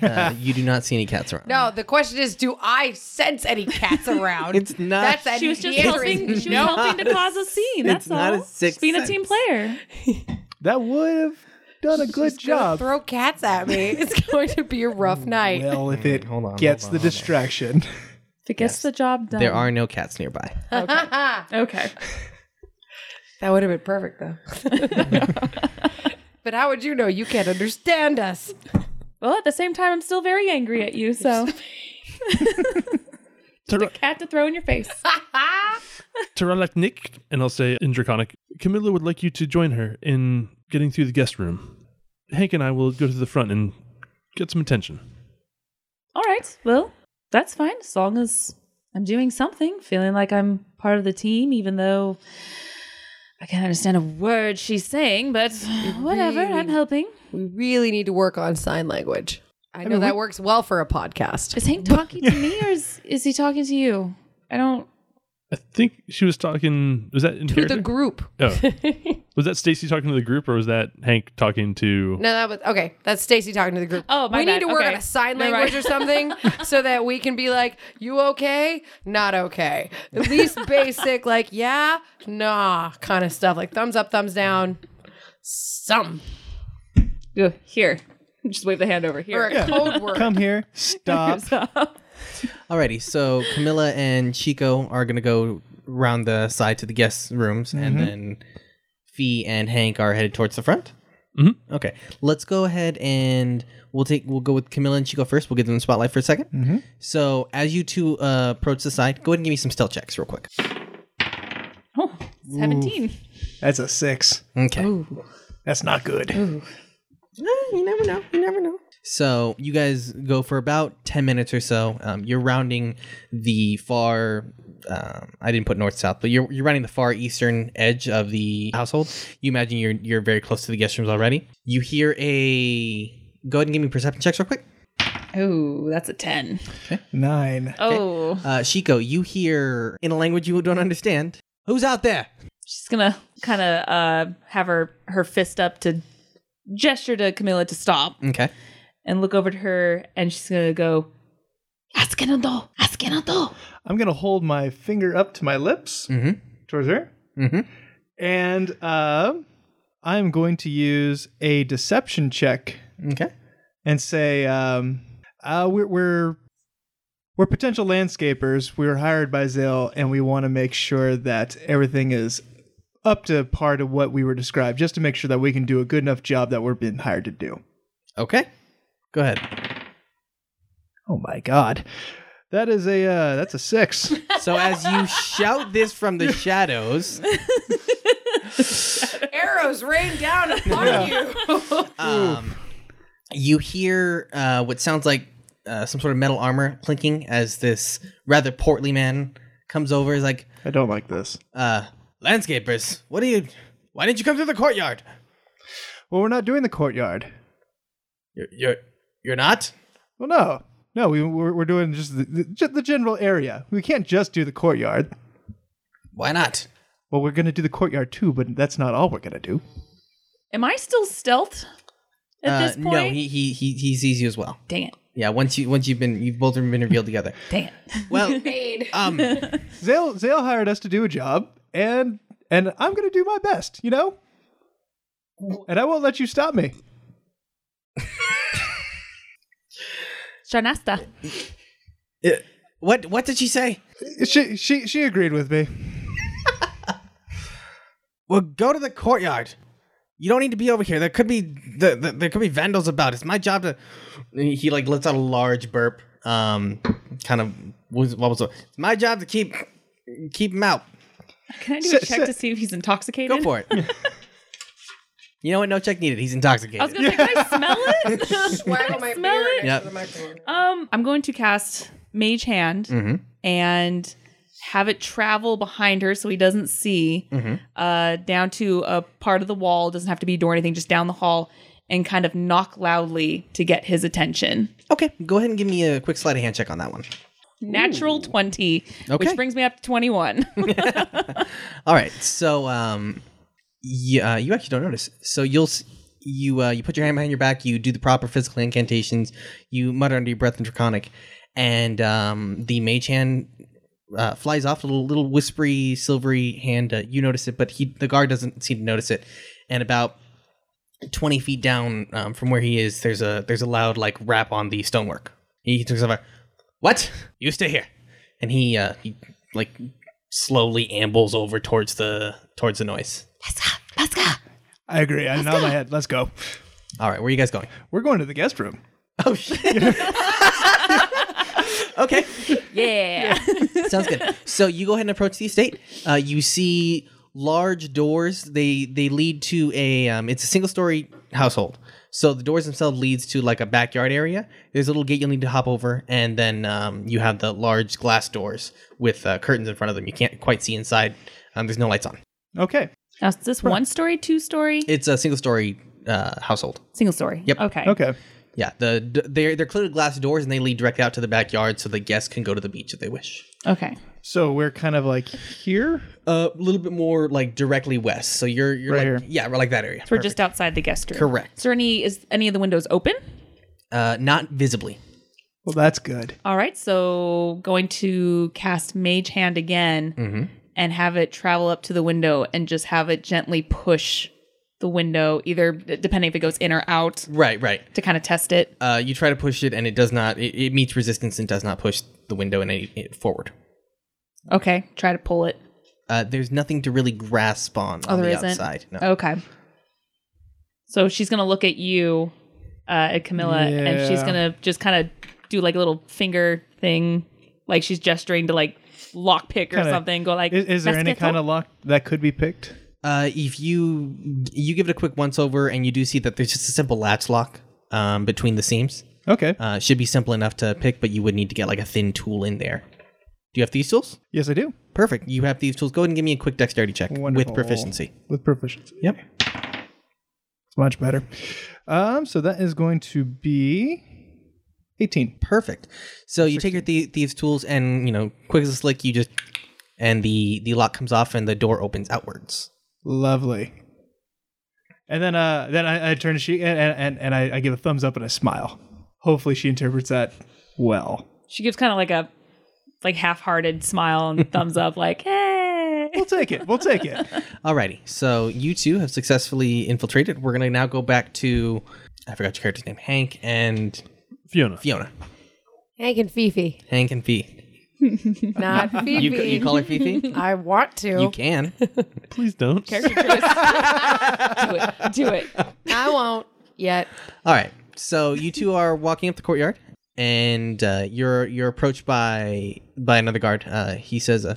Uh, you do not see any cats around. No, the question is, do I sense any cats around? It's not- That's that She was just the answer is helping. She was no. helping to cause a scene. That's It's not all. a sixth She's being a sense. team player. That would have done a good job. Mm, Throw cats at me. It's going to be a rough night. well, if it Hold on, gets hold on, the distraction. If it gets the job done. There are no cats nearby. Okay. That would have been perfect, though. but how would you know? You can't understand us. Well, at the same time, I'm still very angry at you. So, Tara, cat to throw in your face. Taralak Nick, and I'll say in Draconic, Camilla would like you to join her in getting through the guest room. Hank and I will go to the front and get some attention. All right. Well, that's fine as long as I'm doing something, feeling like I'm part of the team, even though I can't understand a word she's saying. But whatever, I'm helping. We really need to work on sign language. I know that works well for a podcast. Is Hank talking to me, or is is he talking to you? I don't. I think she was talking. Was that in To the character? group. oh. was that Stacy talking to the group, or was that Hank talking to? No, that was okay. That's Stacy talking to the group. Oh, my we bad. need to work Okay. on a sign You're language right. or something so that we can be like, "You okay? Not okay." At least basic, like, "Yeah, nah," kind of stuff, like thumbs up, thumbs down, some Ugh, Here, just wave the hand over or a here. code word. Come here. Stop. Alrighty, so Camilla and Chico are gonna go round the side to the guest rooms, and then Fee and Hank are headed towards the front. Mhm. Okay, let's go ahead and we'll take we'll go with Camilla and Chico first. We'll give them the spotlight for a 2nd So as you two uh, approach the side, go ahead and give me some stealth checks real quick. Oh, 17. That's a six. Okay. That's not good. you never know. You never know. So you guys go for about ten minutes or so. Um, you're rounding the far. Um, I didn't put north south, but you're you're rounding the far eastern edge of the household. You imagine you're you're very close to the guest rooms already. You hear a. Go ahead and give me perception checks real quick. Oh, that's a 10. Nine. Oh, Uh, Shiko, you hear in a language you don't understand. Who's out there? she's gonna kind of uh, have her her fist up to gesture to Camilla to stop. Okay. and look over to her and she's gonna go Askenado, Askenado. I'm gonna hold my finger up to my lips Mhm. towards her, Mhm. and uh, I'm going to use a deception check Okay. and say, um, uh, "We're we're we're potential landscapers. We were hired by Zale, and we want to make sure that everything is." Up to par to what we were described, just to make sure that we can do a good enough job that we're being hired to do. Okay. Go ahead. Oh my god, that is a uh, that's a six. So as you shout this from the shadows, Arrows rain down upon you. Um, you hear uh, what sounds like uh, some sort of metal armor clinking as this rather portly man comes over. He's like, I don't like this. uh, "Landscapers, what are you? Why didn't you come through the courtyard? Well, we're not doing the courtyard. You're you're, you're not." Well, no, no, we we're, we're doing just the, the, just the general area. We can't just do the courtyard. Why not? Well, we're gonna do the courtyard too, but that's not all we're gonna do. Am I still stealth at Uh, this point? No, he, he he he sees you as well. dang it, Yeah, once you once you've been you've both been revealed together. dang it. Well, um, Zale Zale hired us to do a job, and and I'm gonna do my best. You know, And I won't let you stop me. Janasta. uh, What what did she say? She she she agreed with me. Well, go to the courtyard. You don't need to be over here. There could be the, the, there could be vandals about. It's my job to. He like lets out a large burp. Um, kind of was what was it? It's my job to keep keep him out. Can I do a Sit- check sit. to see if he's intoxicated? Go for it. you know what? No check needed. He's intoxicated. I was gonna say, can I smell it? Waggle my Smell finger it? next to Yep. the microphone. Um, I'm going to cast Mage Hand Mm-hmm. and have it travel behind her so he doesn't see Mm-hmm. uh, down to a part of the wall. Doesn't have to be a door or anything, just down the hall and kind of knock loudly to get his attention. okay, go ahead and give me a quick sleight of hand check on that one. Natural 20, Okay. which brings me up to 21. All right. So um, you, uh, you actually don't notice. So you'll s- you uh, you put your hand behind your back. You do the proper physical incantations. You mutter under your breath in Draconic, and um, the mage hand uh, flies off. Little little whispery silvery hand. Uh, you notice it, but he the guard doesn't seem to notice it. And about twenty feet down um, from where he is, there's a there's a loud like rap on the stonework. He takes over. What? You stay here. And he uh, he like slowly ambles over towards the towards the noise. I agree. I nod my head. Let's go. All right, where are you guys going? We're going to the guest room. Oh shit. okay, yeah. sounds good. So you go ahead and approach the estate. Uh, you see large doors. They they lead to a um, it's a single story household. So the doors themselves leads to like a backyard area. There's a little gate you'll need to hop over, and then um, you have the large glass doors with uh, curtains in front of them. You can't quite see inside. Um, there's no lights on. Okay. Now, is this one story, two story, It's a single story uh, household. single story? Yep. Okay. Okay. Yeah, the d- they're they're clearly glass doors and they lead directly out to the backyard, so the guests can go to the beach if they wish. Okay. So we're kind of like here. Uh, a little bit more like directly west, so you're you're Right like here. yeah, we're like that area. So we're just outside the guest room. Correct. Is there any is any of the windows open? uh, not visibly. Well, that's good. All right, so going to cast Mage Hand again Mm-hmm. and have it travel up to the window and just have it gently push the window, either d- depending if it goes in or out, Right, right. to kind of test it. Uh, you try to push it and it does not. It, it meets resistance and does not push the window in any it forward. Okay, try to pull it. Uh, there's nothing to really grasp on on Oh, there the isn't? outside. No. Okay. So she's gonna look at you, uh, at Camilla, and she's Yeah. gonna just kind of do like a little finger thing, like she's gesturing to like lockpick or Kinda- something. Go like, Is, is there any "Mestizo?" kind of lock that could be picked? Uh, if you you give it a quick once over and you do see that there's just a simple latch lock um, between the seams. Okay. Uh, should be simple enough to pick, but you would need to get like a thin tool in there. Do you have these tools? yes, I do. Perfect. You have these tools. Go ahead and give me a quick dexterity check Wonderful. with proficiency. With proficiency. Yep. It's much better. Um, so that is going to be 18. Perfect. So you take your thie- thieves' tools and you know, quick as a slick, you just and the the lock comes off and the door opens outwards. Lovely. And then uh then I, I turn to she and and, and, and I, I give a thumbs up and I smile. Hopefully she interprets that well. She gives kind of like a like half-hearted smile and thumbs up, like, "Hey." We'll take it. We'll take it. Alrighty. So you two have successfully infiltrated. We're gonna now go back to I forgot your character's name, Hank and Fiona. Fiona. Hank and Fifi, Hank and Fee. not Fifi. You, you call her Fifi? I want to. you can. Please don't. Character choice. do it. Do it. I won't yet. All right. So you two are walking up the courtyard, and uh, you're you're approached by by another guard. Uh, he says, uh,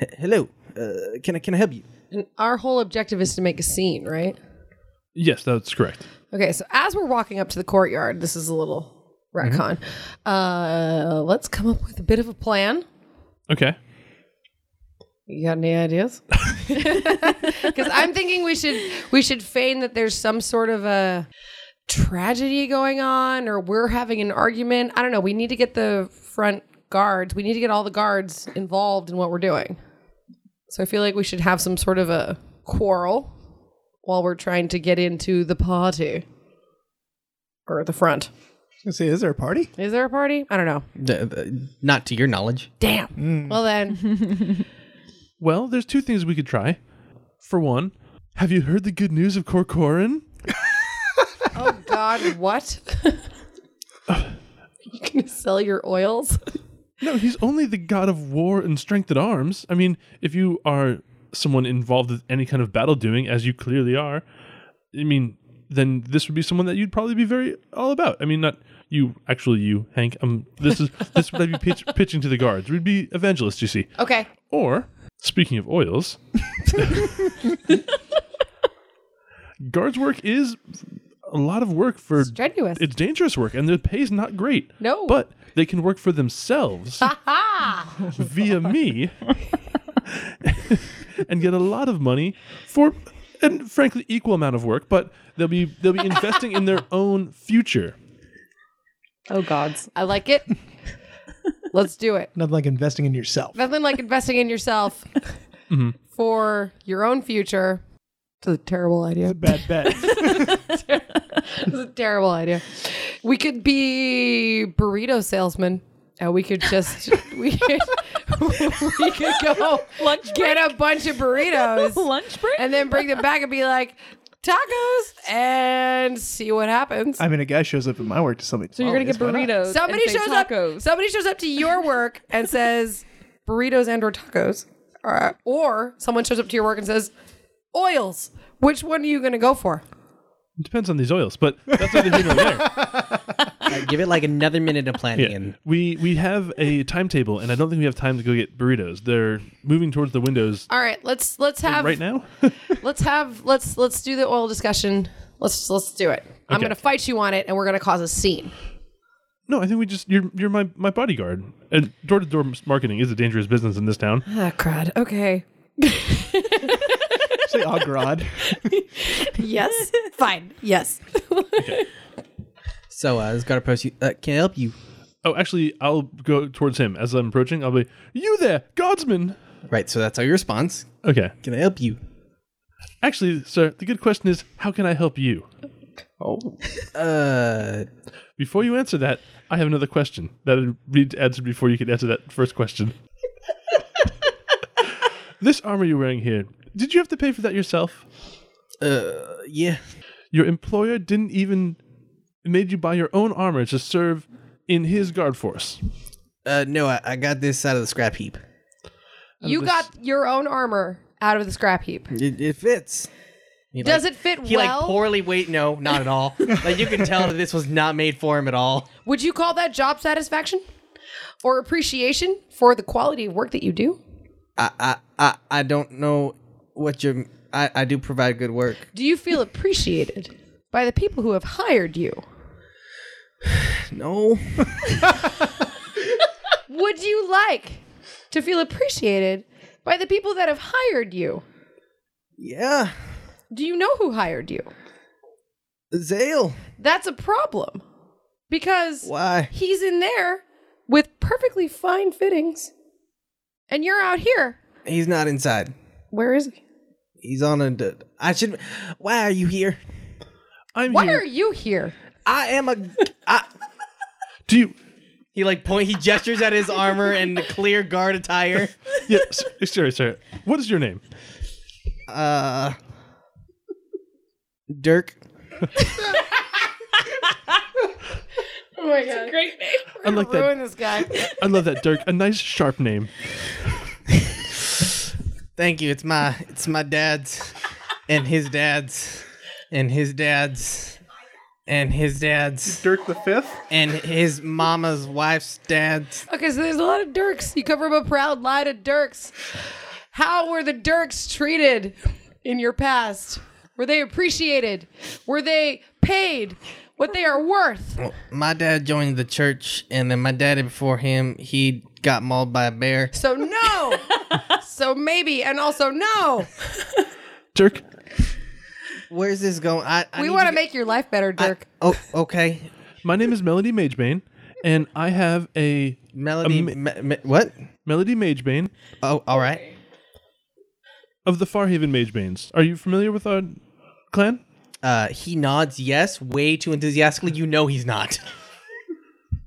"H- "Hello, uh, can I can I help you?" And our whole objective is to make a scene, right? Yes, that's correct. Okay, so as we're walking up to the courtyard, this is a little retcon. Mm-hmm. Uh, let's come up with a bit of a plan. Okay. You got any ideas? Because I'm thinking we should we should feign that there's some sort of a tragedy going on, or we're having an argument. I don't know. We need to get the front guards. We need to get all the guards involved in what we're doing. So I feel like we should have some sort of a quarrel while we're trying to get into the party or the front. Let's see, is there a party? Is there a party? I don't know. The- the- uh, not to your knowledge. Damn. Well then, Well, there's two things we could try. For one, Have you heard the good news of Corcoran? Oh God, what? you gonna sell your oils? No, he's only the god of war and strength at arms. I mean, if you are someone involved with any kind of battle doing, as you clearly are, I mean, then this would be someone that you'd probably be very all about. I mean, not you, actually, you, Hank. Um, this is this would I'd be pitch, pitching to the guards. We'd be evangelists, you see. Okay. Or speaking of oils, guards work is a lot of work for Strenuous. it's dangerous work and the pay's not great. No. But they can work for themselves via me and get a lot of money for and frankly equal amount of work, but they'll be they'll be investing in their own future. Oh gods. I like it. Let's do it. Nothing like investing in yourself. Nothing like investing in yourself for your own future. It's a terrible idea. Bad bet. It's a terrible idea. We could be burrito salesmen. And we could just we could, we could go Lunch get a bunch of burritos Lunch break? and then bring them back and be like tacos and see what happens. I mean, a guy shows up at my work to something. Oh, so you're gonna get burritos. somebody and say shows tacos. up. Somebody shows up to your work and says burritos and or tacos, or, or someone shows up to your work and says oils. Which one are you going to go for? It depends on these oils, but that's neither here nor there. Alright, give it like another minute of planning. Yeah. And We we have a timetable and I don't think we have time to go get burritos. They're moving towards the windows All right, let's let's have right now. let's have let's let's do the oil discussion. Let's let's do it. I'm Okay. going to fight you on it, and we're going to cause a scene. No, I think we just you're you're my my bodyguard. And door to door marketing is a dangerous business in this town. Ah, crud. Okay. Say Agrod. Yes. Fine. Yes. so uh, this guard post you. Uh, can I help you? Oh, actually, I'll go towards him as I'm approaching. I'll be you there, Guardsman. Right. So that's all your response. Okay. Can I help you? Actually, sir, the good question is, how can I help you? Oh, Uh, Before you answer that, I have another question that I need to answer before you can answer that first question. this armor you're wearing here, did you have to pay for that yourself? uh, yeah. Your employer didn't even made you buy your own armor to serve in his guard force. Uh, no, I, I got this out of the scrap heap. You got your own armor out of the scrap heap. It, it fits. He, Does like- it fit He well? like poorly weight. No, not at all. like you can tell that this was not made for him at all. Would you call that job satisfaction or appreciation for the quality of work that you do? I I I, I don't know what your. I, I do provide good work. Do you feel appreciated by the people who have hired you? No. Would you like to feel appreciated by the people that have hired you? Yeah. Do you know who hired you? Zale. That's a problem because Why? he's in there with perfectly fine fittings and you're out here. He's not inside. Where is he? He's on a. d- I should. Why are you here? I'm Why here. are you here? I am a. I, Do you? he like point. He gestures at his armor and the clear guard attire. Yes, sorry, sir. What is your name? Uh. Dirk. Great name. I like that. this guy. I love that, Dirk. A nice, sharp name. Thank you. It's my. It's my dad's, and his dad's, and his dad's, and his dad's, Dirk the Fifth. and his mama's wife's dad's. Okay, so there's a lot of Dirks. You cover up a proud lie to Dirks. How were the Dirks treated in your past? Were they appreciated? Were they paid what they are worth? My dad joined the church, and then my daddy before him, he got mauled by a bear. So no. so maybe, and also no. Dirk, Where's this going? I, I We need want get- to make your life better, Dirk. Oh, okay. my name is Melody Magebane, and I have a Melody. Ama- me- me- what? Melody Magebane Oh, all right. of the Farhaven Magebanes. Are you familiar with our clan? Uh, he nods yes, way too enthusiastically. You know he's not.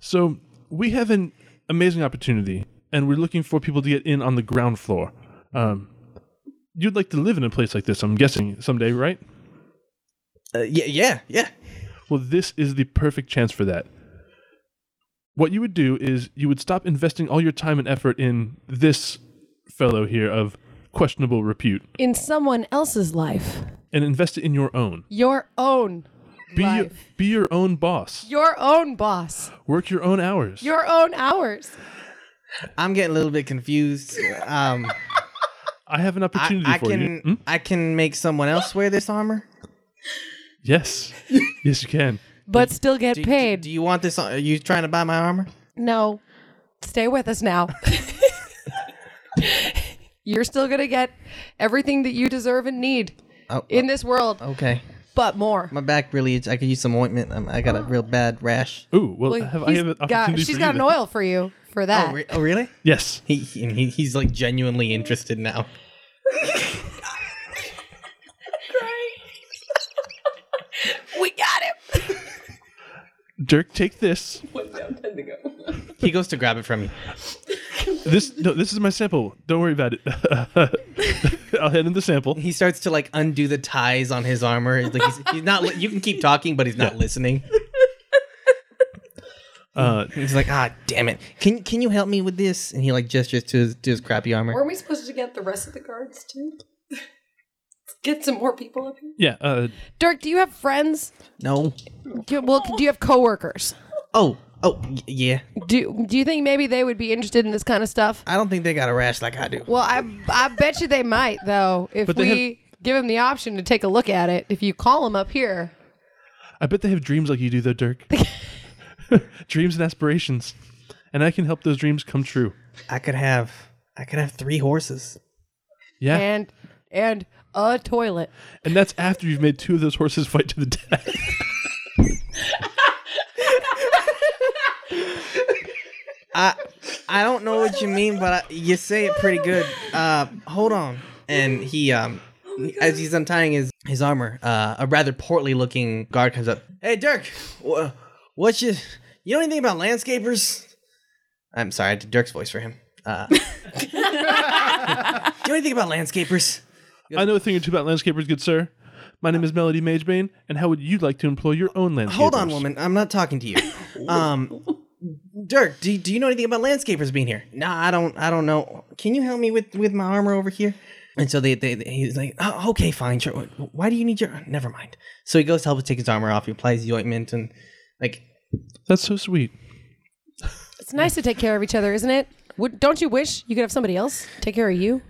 So we have an amazing opportunity, and we're looking for people to get in on the ground floor. Um, you'd like to live in a place like this, I'm guessing, someday, right? Uh, yeah, yeah, yeah. Well, this is the perfect chance for that. What you would do is you would stop investing all your time and effort in this fellow here of questionable repute in someone else's life, and invest it in your own. your own, Be your, Life. be your own boss. your own boss, Work your own hours. your own hours. I'm getting a little bit confused. Um, I have an I, opportunity I for you. can Hmm? I can make someone else wear this armor. Yes. yes, you can. But still get Do, paid. Do, do you want this? ar- Are you trying to buy my armor? no, stay with us now. You're still gonna get everything that you deserve and need Oh, in this world, okay. but more. My back really. itch- I could use some ointment. Um, I got a real bad rash. Ooh, well, Well, I have, I he's have an opportunity got- for she's you got an then. oil for you for that. Oh, re- oh really? Yes. He, he, and he he's like genuinely interested now. we got it. Dirk, take this. He goes to grab it from you. This no, this is my sample. Don't worry about it. I'll hand him the sample. He starts to like undo the ties on his armor. He's Like he's, he's not. li- You can keep talking, but he's not listening. Uh, He's like, ah, damn it. Can can you help me with this? And he like gestures to his to his crappy armor. Weren't we supposed to get the rest of the guards too? Get some more people up here. yeah. Uh, Dirk, do you have friends? No. Do you, well, do you have coworkers? Oh oh y- yeah. Do Do you think maybe they would be interested in this kind of stuff? I don't think they got a rash like I do. Well, I I bet you they might though. If But they we give them the option to take a look at it, if you call them up here, I bet they have dreams like you do, though, Dirk. dreams and aspirations, and I can help those dreams come true. I could have I could have three horses. Yeah, and, and and a toilet. that's after you've made two of those horses fight to the death. I I don't know what you mean, but I, you say it pretty good. Uh, hold on. And he um as he's untying his his armor, uh, a rather portly looking guard comes up. Hey Dirk, wha- what's your you know anything about landscapers? I'm sorry, I did Dirk's voice for him. Uh, do you know anything about landscapers? I know a thing or two about landscapers, good sir. My name is Melody Magebane, and how would you like to employ your own landscapers? Hold on, woman. I'm not talking to you. Um, Dirk, do, do you know anything about landscapers being here? Nah, I don't. I don't know. Can you help me with with my armor over here? And so they, they, they he's like, oh, okay, fine, sure. Why do you need your? Never mind. So he goes to help us take his armor off. He applies the ointment and like, That's so sweet. It's nice to take care of each other, isn't it? Would, don't you wish you could have somebody else take care of you?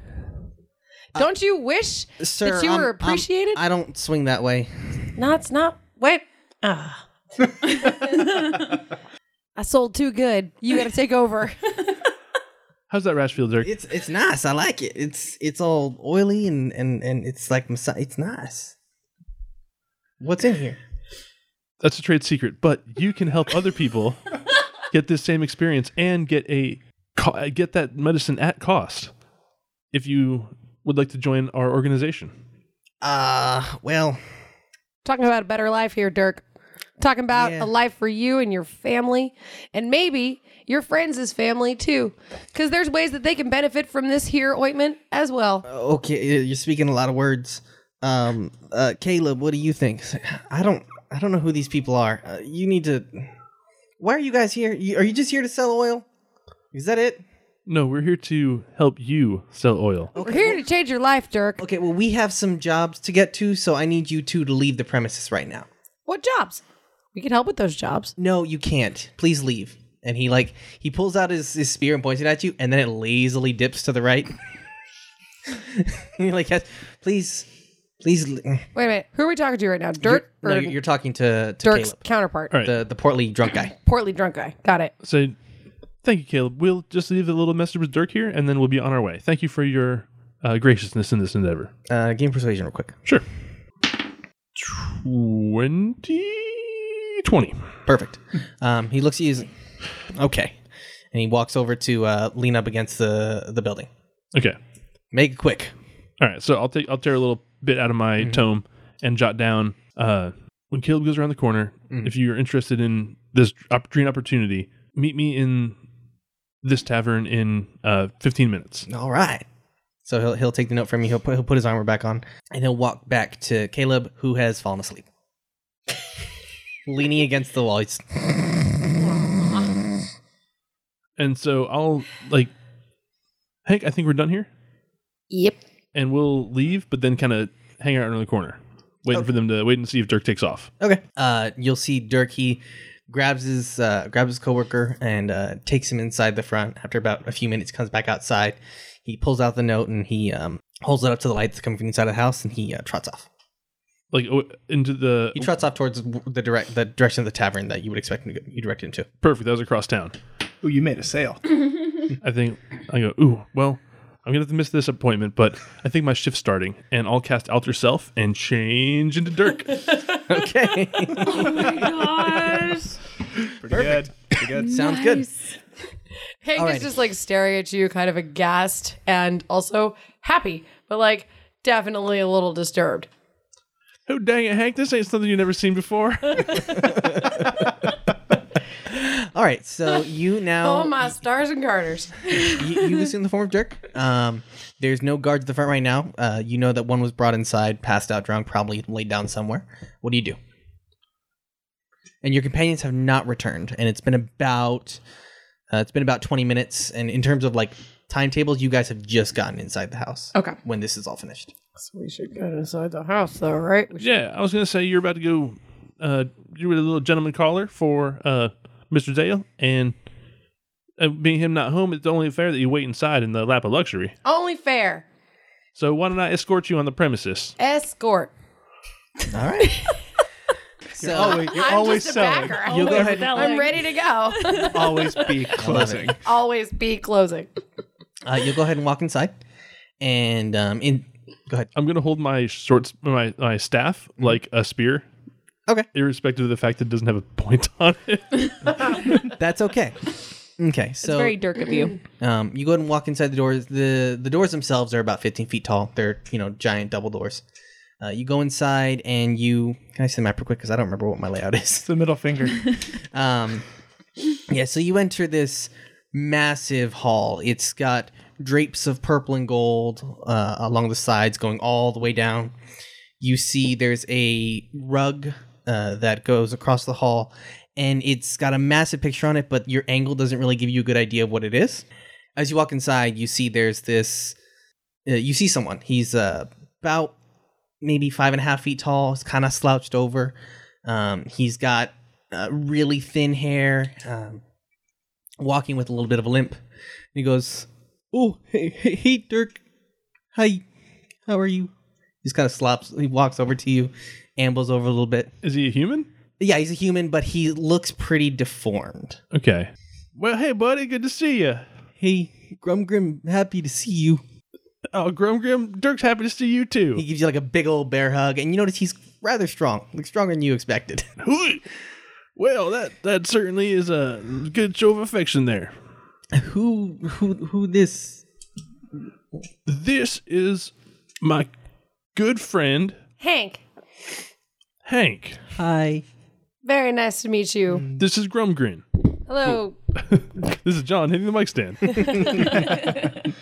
Don't you wish sir, that you I'm- were I'm- appreciated? I don't swing that way. No, it's not. Wait. Ah. I sold too good. You got to take over. How's that rash feel, Dirk? It's it's nice. I like it. It's it's all oily and and and it's like massa- it's nice. What's in here? That's a trade secret, but you can help other people get this same experience and get a co- uh, get that medicine at cost if you would like to join our organization. Uh, well, Talking about a better life here, Dirk. Talking about Yeah. a life for you and your family, and maybe your friends' family too. Because there's ways that they can benefit from this here ointment as well. okay you're speaking a lot of words um uh caleb what do you think i don't i don't know who these people are uh, you need to why are you guys here you, are you just here to sell oil is that it No, we're here to help you sell oil. We're here to change your life, Dirk. okay well we have some jobs to get to so i need you two to leave the premises right now What jobs? We can help with those jobs. no you can't please leave and he like he pulls out his, his spear and points it at you and then it lazily dips to the right you're like yes, please please le- Wait a minute. Who are we talking to right now? Dirk no, or you're, you're talking to, to Dirk's caleb counterpart? All right. the, the portly drunk guy Portly drunk guy. Got it. So, thank you, Caleb. We'll just leave a little message with Dirk here, and then we'll be on our way. Thank you for your uh, graciousness in this endeavor. Uh, game persuasion, real quick. Sure. 20? 20. Perfect. Um, he looks at you. he's like, okay, and he walks over to uh, lean up against the the building. Okay. Make it quick. All right, so I'll take I'll tear a little bit out of my tome and jot down uh, when Caleb goes around the corner. If you're interested in this op- dream opportunity, meet me in this tavern in uh, 15 minutes. All right. So he'll he'll take the note from you. He'll put, he'll put his armor back on, and he'll walk back to Caleb, who has fallen asleep, leaning against the wall. He's, And so I'll like, Hank, I think we're done here, Yep. and we'll leave, but then kind of hang out around the corner, waiting for them to wait and see if Dirk takes off. okay. Uh, you'll see Dirk. He grabs his uh, grabs his coworker and uh, takes him inside the front. After about a few minutes, comes back outside. He pulls out the note and he um, holds it up to the light that's coming from inside of the house, and he uh, trots off. Like o- into the He trots off towards the direct the direction of the tavern that you would expect him to go. You directed him to. perfect. That was across town. Ooh, you made a sale. I think I go. Ooh, well, I'm gonna have to miss this appointment, but I think my shift's starting, and I'll cast Alter Self and change into Dirk. Okay. Oh Gosh. Pretty good. Pretty good. Sounds good. Hank Alrighty. is just like staring at you, kind of aghast and also happy, but like definitely a little disturbed. oh dang it, Hank! This ain't something you've never seen before. All right, so you now Oh my stars and garters. you, you assume the form of Dirk. Um, there's no guards at the front right now. Uh, you know that one was brought inside, passed out, drunk, probably laid down somewhere. What do you do? And your companions have not returned, and it's been about uh, it's been about 20 minutes. And in terms of like timetables, you guys have just gotten inside the house. Okay. when this is all finished. So we should go inside the house though, right? We should- yeah, I was gonna say you're about to go. Uh, you were the little gentleman caller for uh Mr. Dale, and uh, being him not home, it's only fair that you wait inside in the lap of luxury. Only fair. So why don't I escort you on the premises? Escort. All right. so Oh, wait, you're I'm always just a selling. backer. you'll go Always- ahead. I'm ready to go. Always be closing. Always be closing. Uh, you'll go ahead and walk inside, and um, in go ahead. I'm gonna hold my shorts, my my staff like a spear. Okay. Irrespective of the fact that it doesn't have a point on it. That's okay. Okay, so It's very Dirk of you. Um, you go ahead and walk inside the doors. the The doors themselves are about fifteen feet tall. They're you know giant double doors. Uh, you go inside and you can I see the map real quick because I don't remember what my layout is. It's the middle finger. Um, yeah, so you enter this massive hall. It's got drapes of purple and gold uh, along the sides, going all the way down. You see there's a rug uh, that goes across the hall, and it's got a massive picture on it, but your angle doesn't really give you a good idea of what it is. As you walk inside, you see there's this. Uh, you see someone. He's uh, about maybe five and a half feet tall. He's kind of slouched over. Um, he's got uh, really thin hair, um, walking with a little bit of a limp. And he goes, "Oh, hey, hey, hey, Dirk, hi, how are you?" He's kind of slops. He walks over to you, ambles over a little bit. Is he a human? Yeah, he's a human, but he looks pretty deformed. Okay. Well, hey, buddy, good to see you. Hey, Grumgrim, happy to see you. Oh, Grum Grim, Dirk's happy to see you He too. gives you like a big old bear hug, and you notice he's rather strong, like stronger than you expected. well, that that certainly is a good show of affection there. who, who, who? This? This is my good friend Hank, Hank. Hi. very nice to meet Mm. you. This is Grumgrin. Hello. This is John hitting the mic stand.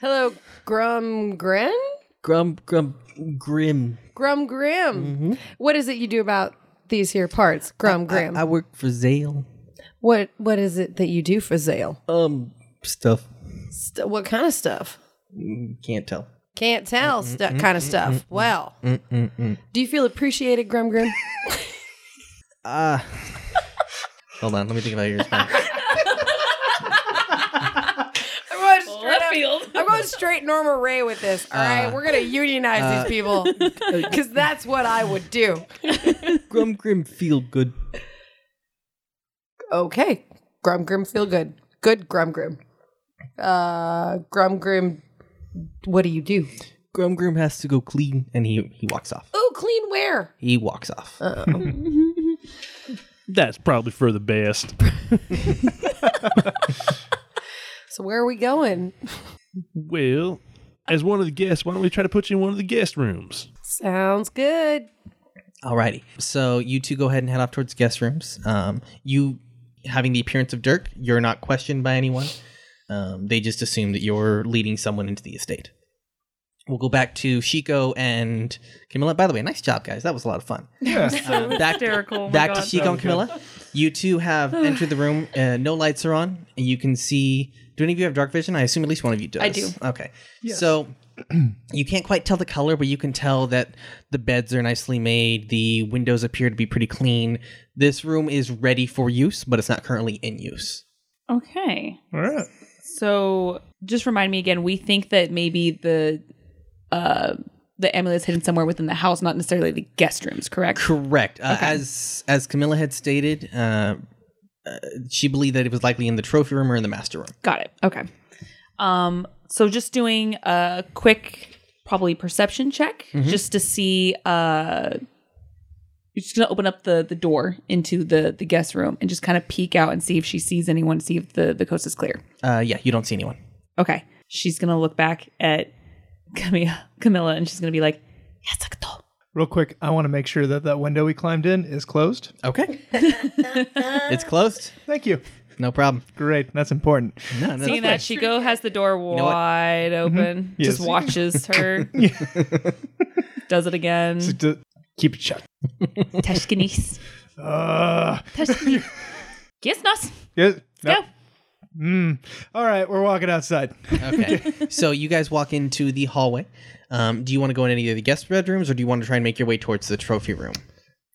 Hello, Grum Grin? Grum, grum, grim. Grum Grim. What is it you do about these here parts, Grum Grim? Mm-hmm. I, I work for Zale. what what is it that you do for Zale? Um, stuff. St- what kind of stuff? Can't tell. Can't tell stu- kind of stuff. well, do you feel appreciated, Grum Grim? Ah. Hold on, let me think about your response. I'm going straight, Left field. I'm going straight Norma Ray with this. All Uh, right? we're gonna unionize these people because that's what I would do. grum, grim, feel good. Okay, Grum Grim, feel good. Good Grum Grim. Uh, Grum Grim, what do you do? Grum, grim has to go clean, and he he walks off. Oh, clean wear. He walks off. That's probably for the best. So where are we going? Well, as one of the guests, why don't we try to put you in one of the guest rooms? Sounds good. Alrighty. So you two go ahead and head off towards guest rooms. Um, you having the appearance of Dirk, you're not questioned by anyone. Um, they just assume that you're leading someone into the estate. we'll go back to Shiko and Camilla. By the way, nice job, guys. That was a lot of fun. So back- hysterical. Oh my Back to God. Shiko and Camilla. You two have entered the room. Uh, no lights are on. And you can see. Do any of you have dark vision? I assume at least one of you does. I do. Okay. So you can't quite tell the color, but you can tell that the beds are nicely made. The windows appear to be pretty clean. This room is ready for use, but it's not currently in use. Okay. All right. So just remind me again, we think that maybe the uh the amulet's hidden somewhere within the house, not necessarily the guest rooms, correct? Correct. Uh, As as Camilla had stated, uh, uh, she believed that it was likely in the trophy room or in the master room. Got it. Okay. Um so just doing a quick probably perception check just to see uh you're just gonna open up the the door into the the guest room and just kind of peek out and see if she sees anyone, see if the the coast is clear. Uh, yeah, you don't see anyone. Okay. She's gonna look back at Camilla, Camilla and she's gonna be like, Yasakato. Real quick, I want to make sure that that window we climbed in is closed. Okay, it's closed. Thank you. No problem. Great. That's important. No, no, Seeing that Shiko has the door know what? wide open, Yes. just watches her, does it again. Just to- Keep it shut. Tashkinis. Uh, Tashkinis. Gisnos. yeah, no. Go. All right, we're walking outside. okay. So you guys walk into the hallway. Um, do you want to go in any of the guest bedrooms, or do you want to try and make your way towards the trophy room?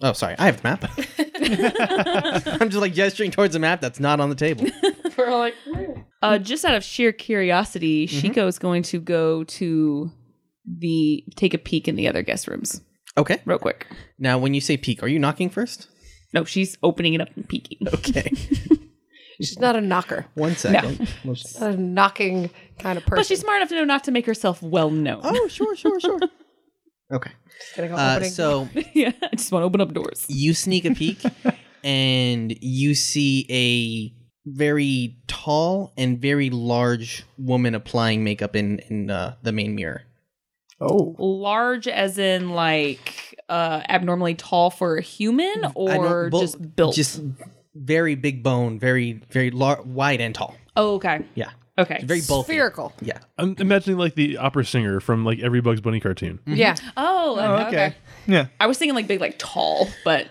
Oh, sorry, I have the map. I'm just like gesturing towards a map that's not on the table. Uh, just out of sheer curiosity, Shiko Mm-hmm. is going to go to the take a peek in the other guest rooms Okay. real quick. Now, when you say peek, are you knocking first? No, she's opening it up and peeking. Okay. She's not a knocker, One second. not a knocking kind of person. But she's smart enough to know not to make herself well known. Oh, sure, sure, sure. okay. Getting all Uh, opening. so yeah, I just want to open up doors. you sneak a peek and you see a very tall and very large woman applying makeup in, in uh, the main mirror. Oh, large as in like uh abnormally tall for a human I don't- or bo- just built Just very big bone, very, very lar- wide and tall. oh okay Yeah. okay Very bulky. spherical. Yeah. I'm imagining like the opera singer from like every Bugs Bunny cartoon. Mm-hmm. Yeah. oh, okay. okay. Yeah. i was thinking like big like tall but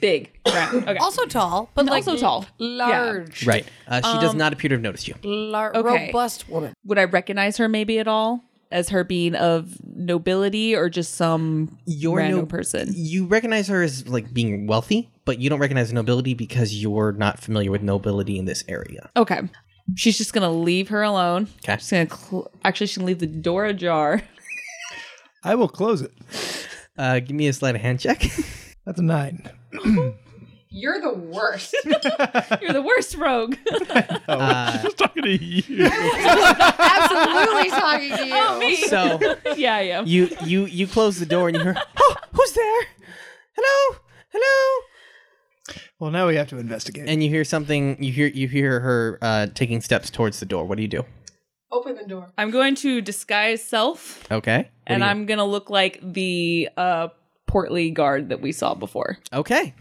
big round. okay Also tall, but like Also tall. large, Right. Uh, she Um, does not appear to have noticed you. lar- Okay. robust woman. would i recognize her maybe at all as her being of nobility or just some You're random no- person You recognize her as like being wealthy, but you don't recognize nobility because you're not familiar with nobility in this area. okay she's just gonna leave her alone Okay. she's gonna cl- actually she's gonna leave the door ajar I will close it. Uh, give me a sleight of hand check. That's a nine. You're the worst. you're the worst rogue Oh. Uh, Just talking to you. Absolutely talking to you. so Oh, yeah i am you you you close the door and you hear, oh, who's there? Hello, hello. Well, now we have to investigate. And you hear something. You hear you hear her uh, taking steps towards the door. What do you do? Open the door. i'm going to disguise self Okay. What do and you- I'm gonna look like the uh, portly guard that we saw before. okay.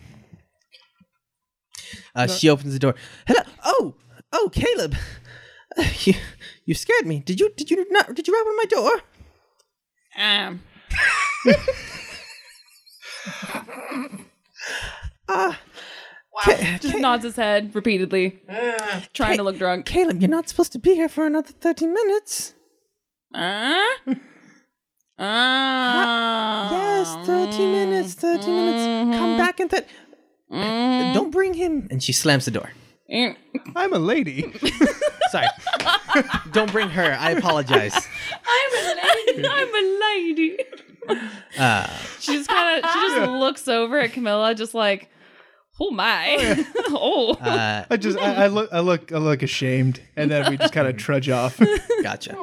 Uh, she opens the door. Hello. Oh, oh, Caleb. Uh, you you scared me. Did you did you not did you open my door? Um, Ca- just nods his head repeatedly, trying to look drunk. Caleb, you're not supposed to be here for another thirty minutes. Uh? Yes, 30 minutes, 30 minutes. Mm-hmm. Come back and th- Don't bring him. And she slams the door. eh. I'm a lady. Sorry. Don't bring her. I apologize. I'm a lady. I'm a lady. she just kind of she just looks over at Camilla, just like, oh my, oh. Uh, I just I, I look I look I look ashamed, and then we just kind of trudge off. gotcha.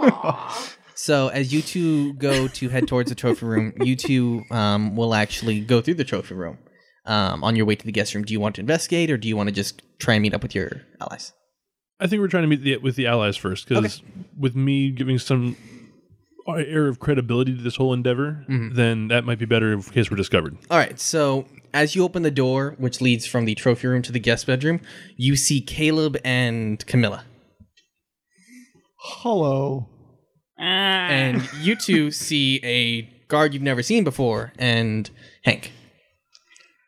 So as you two go to head towards the trophy room, you two um, will actually go through the trophy room um, on your way to the guest room. Do you want to investigate or do you want to just try and meet up with your allies? I think we're trying to meet the, with the allies first because with me giving some air of credibility to this whole endeavor, then that might be better in case we're discovered. All right. So as you open the door, which leads from the trophy room to the guest bedroom, you see Caleb and Camilla. Hello. Ah. and you two see a guard you've never seen before and Hank.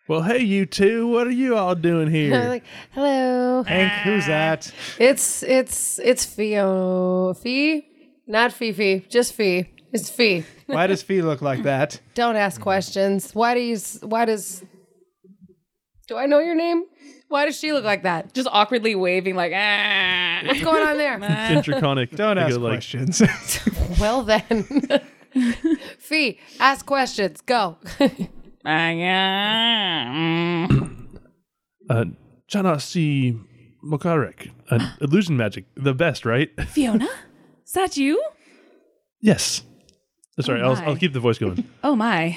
Well, hey, you two, what are you all doing I'm here? like, hello. Hank, who's that? It's it's it's Fio Fee, not Fifi, just Fee. It's Fee. Why does Fee look like that? Don't Mm-hmm. ask questions. Why do you? s- Why does? Do I know your name? Why does she look like that? Just awkwardly waving, like, ah. What's going on there? Intraconic. Don't I go ask like, questions. well then, Fee, ask questions. Go. Ah, yeah. Mm. Uh, Chana C. Mokarek, uh, illusion magic, the best, right? Fiona? Is that you? Yes. Uh, Sorry, I'll, my. I'll keep the voice going. Oh my.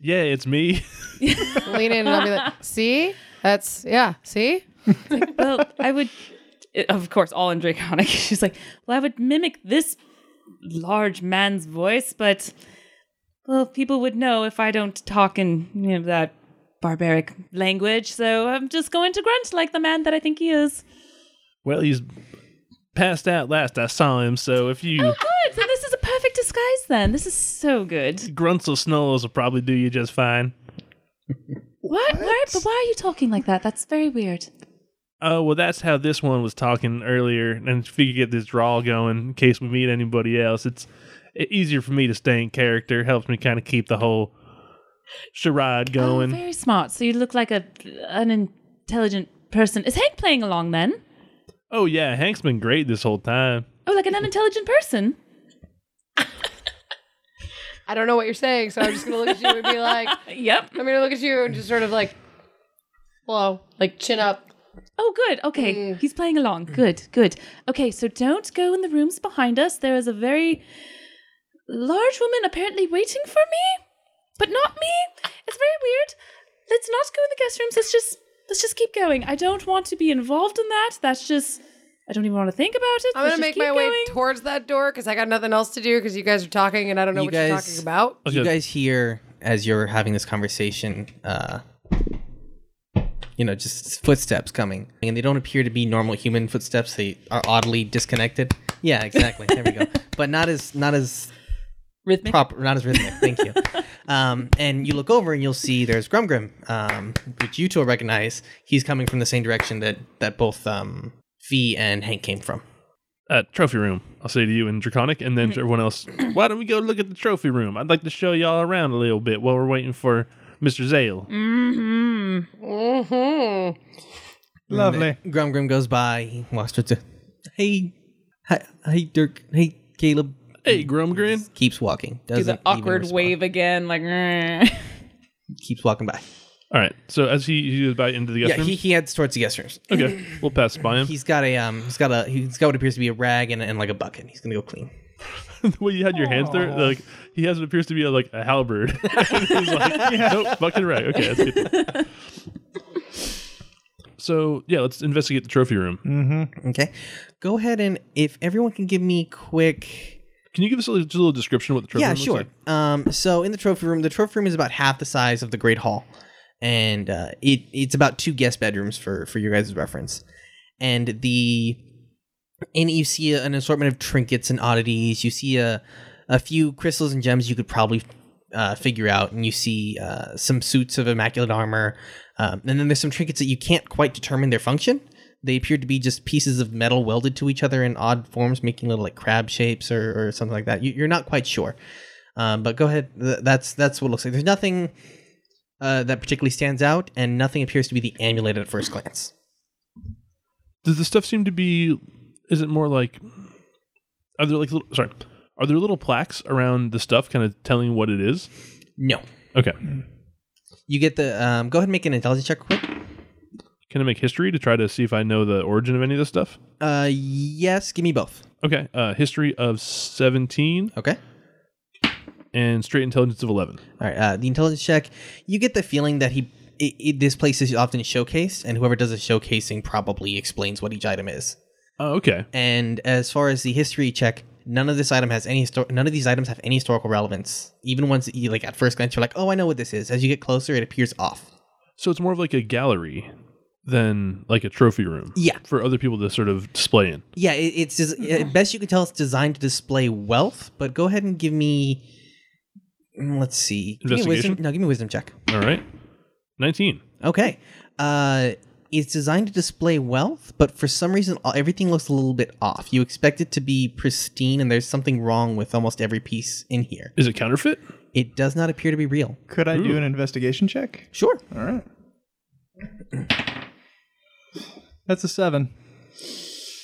yeah, it's me. Lean in and I'll be like, see, that's yeah, see. Well, I would, of course, all in Draconic. She's like, well, I would mimic this large man's voice, but, well, people would know if I don't talk in you know, that barbaric language, so I'm just going to grunt like the man that I think he is. Well, he's passed out last I saw him, so if you Good, so this is a perfect disguise then. This is so good. grunts or snores will probably do you just fine. Why, why, but why are you talking like that? That's very weird. Oh, well, that's how this one was talking earlier, and if we could get this draw going in case we meet anybody else, it's e- easier for me to stay in character, helps me kind of keep the whole charade Oh, going. very smart. So you look like a an intelligent person. Is Hank playing along then? oh, yeah, Hank's been great this whole time. Oh, like an unintelligent person? I don't know what you're saying, so I'm just gonna look at you and be like, Yep. I'm gonna look at you and just sort of like, hello, like chin up. Oh, good. Okay. Mm. He's playing along. Good, good. Okay, so don't go in the rooms behind us. There is a very large woman apparently waiting for me, but not me. It's very weird. Let's not go in the guest rooms. Let's just let's just keep going. I don't want to be involved in that. That's just I don't even want to think about it. I'm Let's gonna just make keep my way going. towards that door because I got nothing else to do because you guys are talking and I don't know You what you're guys- talking about. You Okay. guys hear as you're having this conversation, uh, you know, just footsteps coming, and they don't appear to be normal human footsteps. They are oddly disconnected. Yeah, exactly. There we go. But not as not as Rhythmic. proper, not as rhythmic. Thank you. Um, and you look over and you'll see there's Grumgrim, um, which you two will recognize. He's coming from the same direction that that both um, V and Hank came from. uh, trophy room. I'll say to you in Draconic, and then to everyone else, why don't we go look at the trophy room? I'd like to show y'all around a little bit while we're waiting for Mr. Zale. Mm. Mm-hmm. Lovely. Grumgrim goes by. He walks up to, hey, hi, hey Dirk, hey Caleb. Hey, Grumgrin. Keeps walking. Do Doesn't the even awkward respond. wave again, like "Grr." Keeps walking by. All right, so as he, he goes by into the guest yeah, room, he, he heads towards the guest rooms. okay, we'll pass by him. He's got a um, he's got a he's got what appears to be a rag and, and like a bucket. He's gonna go clean. the way you had your hands there, like he has what appears to be a, like a halberd. he's like, nope, fucking right. Okay, that's good. so yeah, let's investigate the trophy room. Okay, go ahead and if everyone can give me quick Can you give us a little, just a little description of what the trophy room looks like? Um, so in the trophy room, the trophy room is about half the size of the Great Hall, and uh, it it's about two guest bedrooms for for your guys' reference, and the and you see an assortment of trinkets and oddities. You see a a few crystals and gems you could probably uh, figure out, and you see uh, some suits of immaculate armor, um, and then there's some trinkets that you can't quite determine their function. They appear to be just pieces of metal welded to each other in odd forms, making little like crab shapes or, or something like that. You, you're not quite sure, um, but go ahead. Th- that's that's what it looks like. There's nothing uh, that particularly stands out, and nothing appears to be the amulet at first glance. Does the stuff seem to be? Is it more like? Are there like little? Sorry, are there little plaques around the stuff, kind of telling what it is? No, Okay, you get the um, go ahead and make an intelligence check quick. can I make history to try to see if I know the origin of any of this stuff? Uh, yes, give me both. Okay, uh, history of seventeen Okay. and straight intelligence of eleven. All right. Uh, the intelligence check. You get the feeling that he it, it, this place is often showcased, and whoever does the showcasing probably explains what each item is. Oh, okay. And as far as the history check, none of this item has any histo- none of these items have any historical relevance. Even ones that you like at first glance, you're like, oh, I know what this is. As you get closer, it appears off. So it's more of like a gallery than like a trophy room. Yeah. For other people to sort of display in. Yeah, it, it's just, Mm-hmm. at best you can tell it's designed to display wealth, but go ahead and give me. mm, Let's see. Give me a wisdom, Investigation? no, give me a wisdom check. All right. 19. Okay. Uh, it's designed to display wealth, but for some reason, all- everything looks a little bit off. You expect it to be pristine, and there's something wrong with almost every piece in here. Is it counterfeit? It does not appear to be real. Could I do an investigation check? Sure. All right. That's a seven.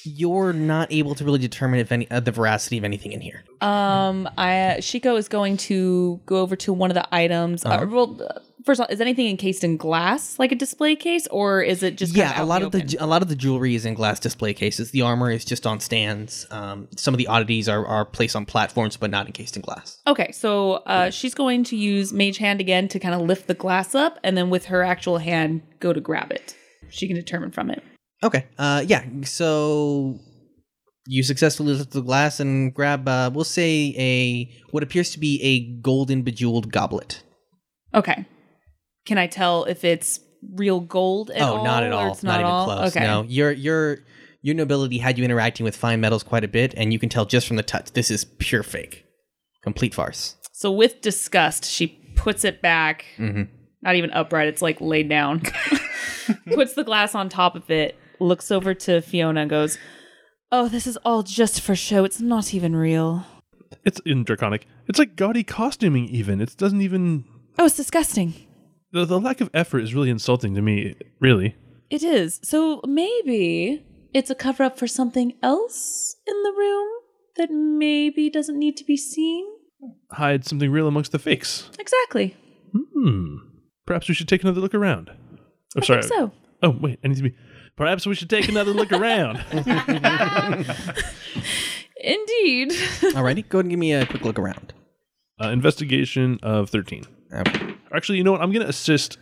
You're not able to really determine if any uh, the veracity of anything in here. Um, I Shiko is going to go over to one of the items. Uh-huh. Uh, well, uh, first of all, is anything encased in glass, like a display case, or is it just kinda yeah, out a in lot of the open? ju- a lot of the jewelry is in glass display cases. The armor is just on stands. Um, some of the oddities are, are placed on platforms, but not encased in glass. Okay, so uh, she's going to use Mage Hand again to kind of lift the glass up, and then with her actual hand, go to grab it. She can determine from it. Okay. Uh, yeah. So you successfully lift the glass and grab, uh, we'll say a what appears to be a golden bejeweled goblet. Okay, can I tell if it's real gold? At oh, all, not at or all. It's not, even at all? close. Okay. No, your your your nobility had you interacting with fine metals quite a bit, and you can tell just from the touch this is pure fake, complete farce. So with disgust, she puts it back. Not even upright; it's like laid down. puts the glass on top of it. Looks over to Fiona and goes, "Oh, this is all just for show. It's not even real. It's in draconic. It's like gaudy costuming. Even it doesn't even Oh, it's disgusting. the, the lack of effort is really insulting to me. Really, It is. So maybe it's a cover up for something else in the room that maybe doesn't need to be seen. hide something real amongst the fakes. Exactly. Hmm. Perhaps we should take another look around. I'm sorry. I think so." Oh wait, I need to be. Perhaps we should take another look around. Indeed. Alrighty, go ahead and give me a quick look around. Um, Uh, investigation of thirteen. Okay. Actually, you know what? I'm going to assist.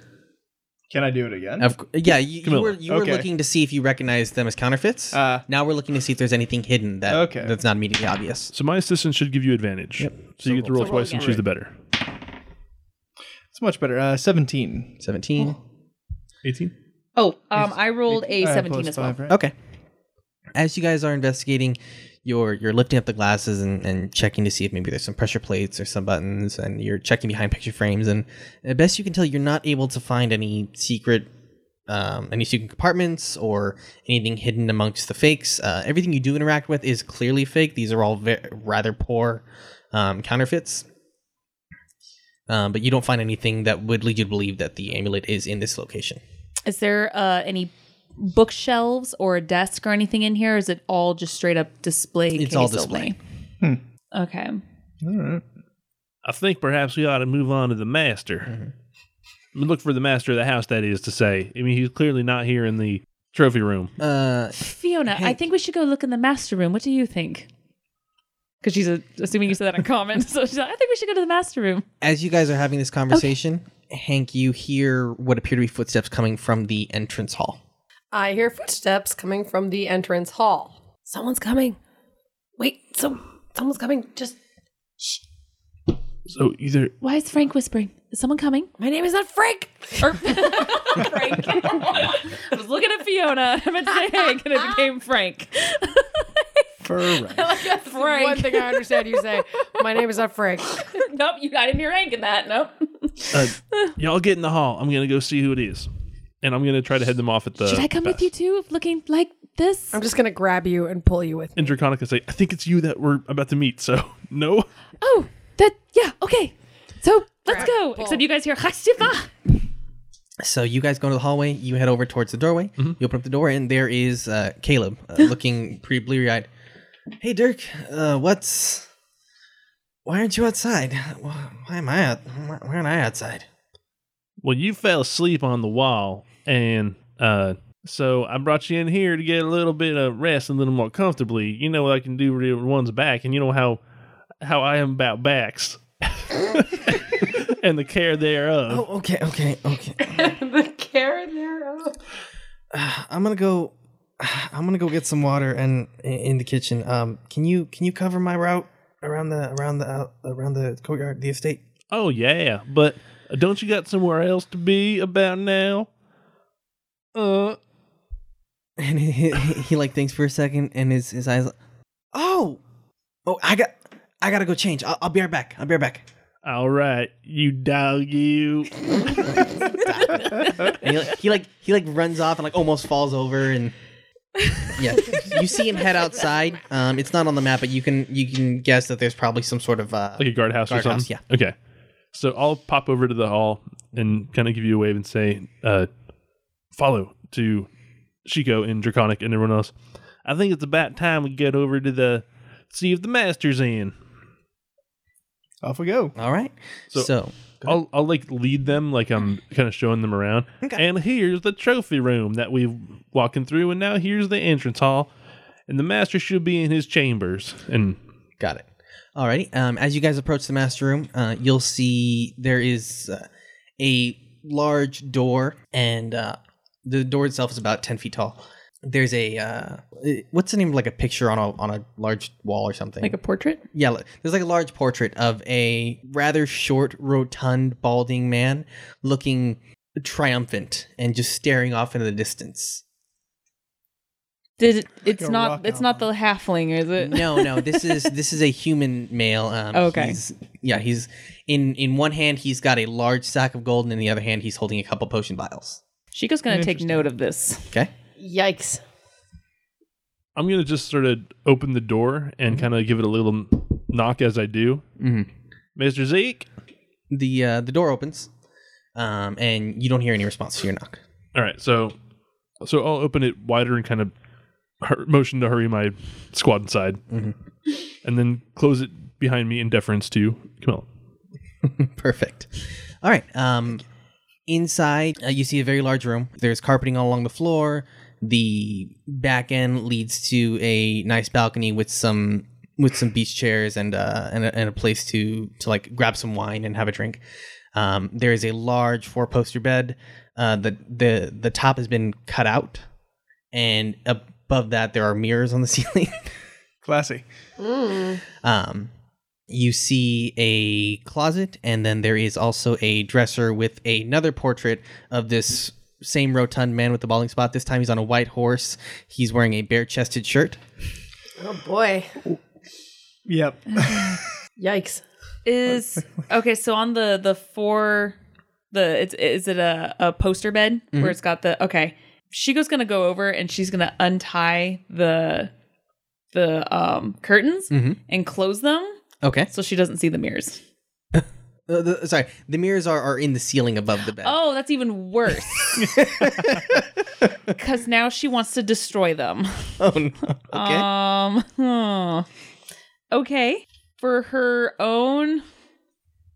Can I do it again? Of cou- yeah, you, you Camilla. were you Okay. were looking to see if you recognized them as counterfeits. Uh. now we're looking to see if there's anything hidden that Okay. that's not immediately obvious. So my assistance should give you advantage. Yep. So, you get to roll twice and choose the better. It's much better. Uh, Seventeen. Seventeen. Eighteen. oh, um, I rolled a Uh, 17 plus as well. five, right? Okay. As you guys are investigating, you're you're lifting up the glasses and, and checking to see if maybe there's some pressure plates or some buttons, and you're checking behind picture frames. And at best you can tell, you're not able to find any secret, um, any secret compartments or anything hidden amongst the fakes. Uh, everything you do interact with is clearly fake. These are all ve- rather poor um, counterfeits. Um, but you don't find anything that would lead you to believe that the amulet is in this location. Is there uh, any bookshelves or a desk or anything in here? Or is it all just straight up display? It's case all display. only? Okay. I think perhaps we ought to move on to the master. Mm-hmm. I mean, Look for the master of the house. That is to say, I mean, he's clearly not here in the trophy room. Uh, Fiona, I think we should go look in the master room. What do you think? Because she's a, assuming you said that in common. So she's like, I think we should go to the master room. as you guys are having this conversation, Hank, you hear what appear to be footsteps coming from the entrance hall. I hear footsteps coming from the entrance hall. Someone's coming. Wait, so someone's coming. Just So either Why is Frank whispering? Is someone coming? my name is not Frank. Or Frank. I was looking at Fiona. I meant to say Hank, and it became Frank. For right. That's the Frank. One thing I understand you say. My name is not Frank. nope, you I didn't hear Hank in that. Nope. uh, y'all get in the hall. I'm gonna go see who it is, and I'm gonna try to head them off at the. Should I come Uh, with you too, looking like this? I'm just gonna grab you and pull you with me. And Draconica say, "I think it's you that we're about to meet." So no, Oh, that yeah, okay. So let's Grab go. the ball. Except you guys hear Hashiva. So you guys go into the hallway. You head over towards the doorway. You open up the door, and there is uh, Caleb uh, looking pretty bleary eyed. Hey, Dirk, uh, what's? Why aren't you outside? Why why am I out? Why why aren't I outside? well, you fell asleep on the wall, and uh, so I brought you in here to get a little bit of rest and a little more comfortably. You know what I can do to one's back, and you know how how I am about backs and the care thereof. Oh, okay, okay, okay. the care thereof. I'm gonna go. I'm gonna go get some water and in the kitchen. Um, can you can you cover my route around the around the uh, around the courtyard, the estate? Oh yeah, but don't you got somewhere else to be about now? Uh, and he, he, he like thinks for a second, and his his eyes. Like, oh, oh, I got, I gotta go change. I'll, I'll be right back. I'll be right back. All right, you dog, you. And he like he like he like runs off and like almost falls over and yeah you see him head outside um it's not on the map but you can you can guess that there's probably some sort of uh like a guardhouse or Guardhouse, something. Okay. So I'll pop over to the hall and kind of give you a wave and say, uh, "Follow to Shiko and Draconic and everyone else." I think it's about time we get over to the see if the master's in. Off we go. all right So- so, I'll I'll like lead them like I'm kind of showing them around. And here's the trophy room that we walking through, and now here's the entrance hall, and the master should be in his chambers. And got it all righty um as you guys approach the master room uh you'll see there is uh, a large door and uh the door itself is about 10 feet tall there's a uh what's the name of like a picture on a on a large wall or something Like a portrait? Yeah, li- there's like a large portrait of a rather short, rotund, balding man looking triumphant and just staring off into the distance. Did it, it's Like a rock not it's not the outline. halfling, is Uh. it? No, no, this is this is a human male. Um, Okay. he's- yeah, he's in in one hand he's got a large sack of gold, and in the other hand he's holding a couple potion vials. Shiko's gonna take note of this. Okay. Yikes. I'm gonna just sort of open the door and kind of give it a little knock as I do. Mhm. Master Zeke. The uh, the door opens, um, and you don't hear any response to your knock. All right, so so I'll open it wider and kind of hur- motion to hurry my squad inside, and then close it behind me in deference to Camilla. Perfect. All right. Um, inside, uh, you see a very large room. There's carpeting all along the floor. The back end leads to a nice balcony with some with some beach chairs and uh, and, a, and a place to to like grab some wine and have a drink. Um, there is a large four poster bed. Uh, the the the top has been cut out, and above that there are mirrors on the ceiling. Classy. Um, you see a closet, and then there is also a dresser with another portrait of this same rotund man with the balding spot. This time he's on a white horse. He's wearing a bare chested shirt. Oh boy. Yep. Yikes. Is okay. So on the the four, the it's, is it a a poster bed where it's got the okay. Shiko's gonna go over and she's gonna untie the the um curtains and close them Okay. so she doesn't see the mirrors. Uh, the- sorry, the mirrors are, are in the ceiling above the bed. Oh, that's even worse. Because now she wants to destroy them. Oh, no. Okay. Um. hmm. Okay. For her own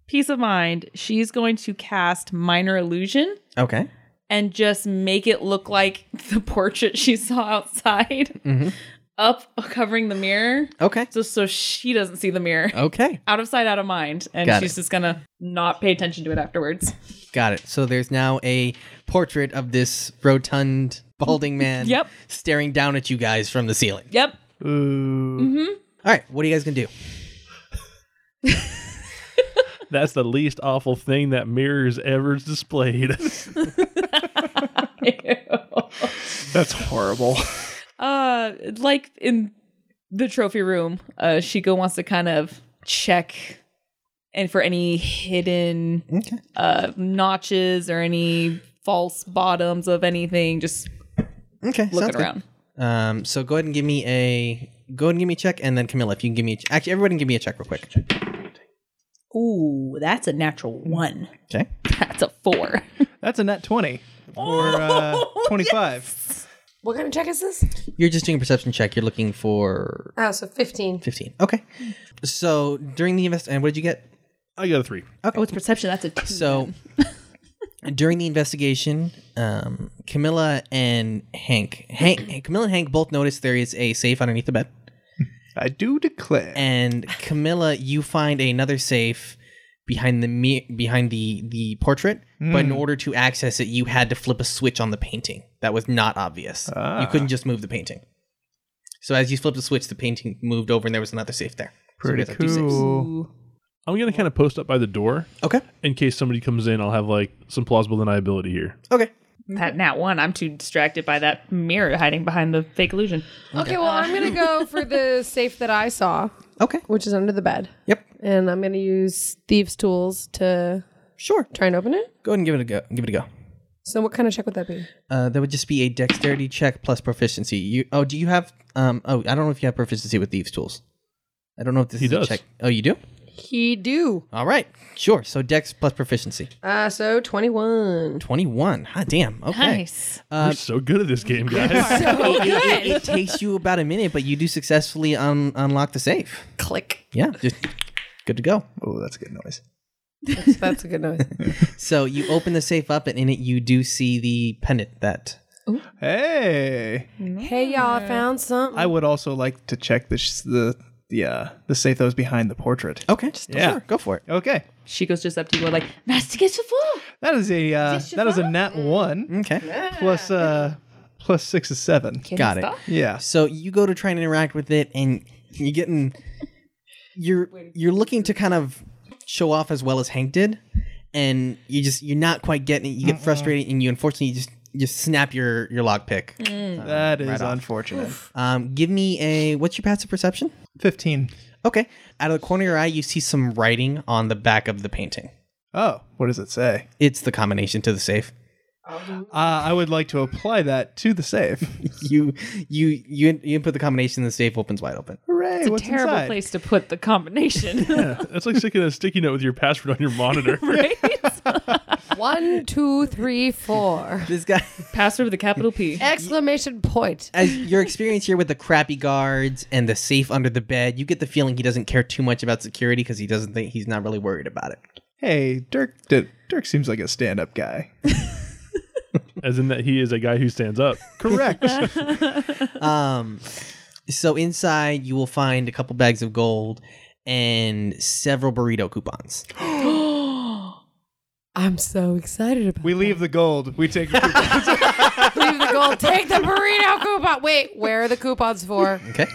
peace of mind, she's going to cast minor illusion okay. and just make it look like the portrait she saw outside, Mhm. up covering the mirror, Okay. just so she doesn't see the mirror. Okay. Out of sight, out of mind, and Uh. Got she's it. just gonna not pay attention to it afterwards. Got it. So there's now a portrait of this rotund balding man Yep. staring down at you guys from the ceiling. Yep. Ooh. All right, what are you guys going to do? That's the least awful thing that mirrors ever displayed. That's horrible. Uh, like in the trophy room, uh, Shiko wants to kind of check and for any hidden Okay. uh notches or any false bottoms of anything. Just Okay. sounds looking good. around. Um, so go ahead and give me a go ahead and give me a check, and then Camilla, if you can give me a ch- actually everybody can give me a check real quick. Ooh, that's a natural one. Okay. That's a four. That's a net 20 or uh, Oh, 25. What kind of check is this? You're just doing a perception check. You're looking for Oh, so 15. fifteen. Okay. So during the invest, and what did you get? I got a three. Oh, it's perception. That's a two. So during the investigation, um, Camilla and Hank, Hank, Camilla and Hank both notice there is a safe underneath the bed, I do declare. and Camilla, you find another safe behind the me- behind the the portrait but in order to access it you had to flip a switch on the painting that was not obvious you couldn't just move the painting so as you flipped the switch the painting moved over and there was another safe there So Pretty there's like two safes. cool. I'm gonna kind of post up by the door okay in case somebody comes in. I'll have like some plausible deniability here. okay That nat one. I'm too distracted by that mirror hiding behind the fake illusion. Okay, well, I'm going to go for the safe that I saw, Okay. which is under the bed. Yep. And I'm going to use thieves' tools to Sure. try and open it. Go ahead and give it a go. Give it a go. So, what kind of check would that be? Uh, that would just be a dexterity check plus proficiency. You oh, do you have um? Oh, I don't know if you have proficiency with thieves' tools. I don't know if this He is does. a check. Oh, you do. He do. All right, sure. So dex plus proficiency, Uh, so 21. twenty-one. Hot damn. Okay. Nice. We're so good at this game, guys. So It, it takes you about a minute, but you do successfully un- unlock the safe. click. Yeah, just good to go. Oh, that's a good noise. That's, that's a good noise. So you open the safe up, and in it you do see the pendant that. Hey, hey, y'all, I found something. I would also like to check the sh- the the uh, the safe that was behind the portrait. Okay, Yeah. sure, go for it. Okay, She goes just up to you like, nice to get you full. that is a uh, that is a nat one Okay, Mm. plus uh plus six is seven. got it. Yeah, So you go to try and interact with it, and you're getting you're you're looking to kind of show off as well as Hank did, and you just you're not quite getting it. You get frustrated, and you unfortunately you just you just snap your your lock pick. that is unfortunate. Um, give me a what's your passive perception? Fifteen. Okay, out of the corner of your eye, you see some writing on the back of the painting. Oh, what does it say? It's the combination to the safe. Uh, I would like to apply that to the safe. You you you in- you input the combination, the safe opens wide open. Hooray! It's a what's terrible inside? place to put the combination, Yeah, that's like sticking a sticky note with your password on your monitor. right? One, two, three, four. This guy. Password with a capital P. Exclamation point. as your experience here with the crappy guards and the safe under the bed, you get the feeling he doesn't care too much about security because he doesn't think he's not really worried about it. Hey, Dirk. Dirk, Dirk seems like a stand-up guy. As in that he is a guy who stands up. Correct. Um, so inside you will find a couple bags of gold and several burrito coupons. I'm so excited about we leave the gold. We take. The coupons. Leave the gold. Take the burrito coupon. Wait, where are the coupons for? Okay.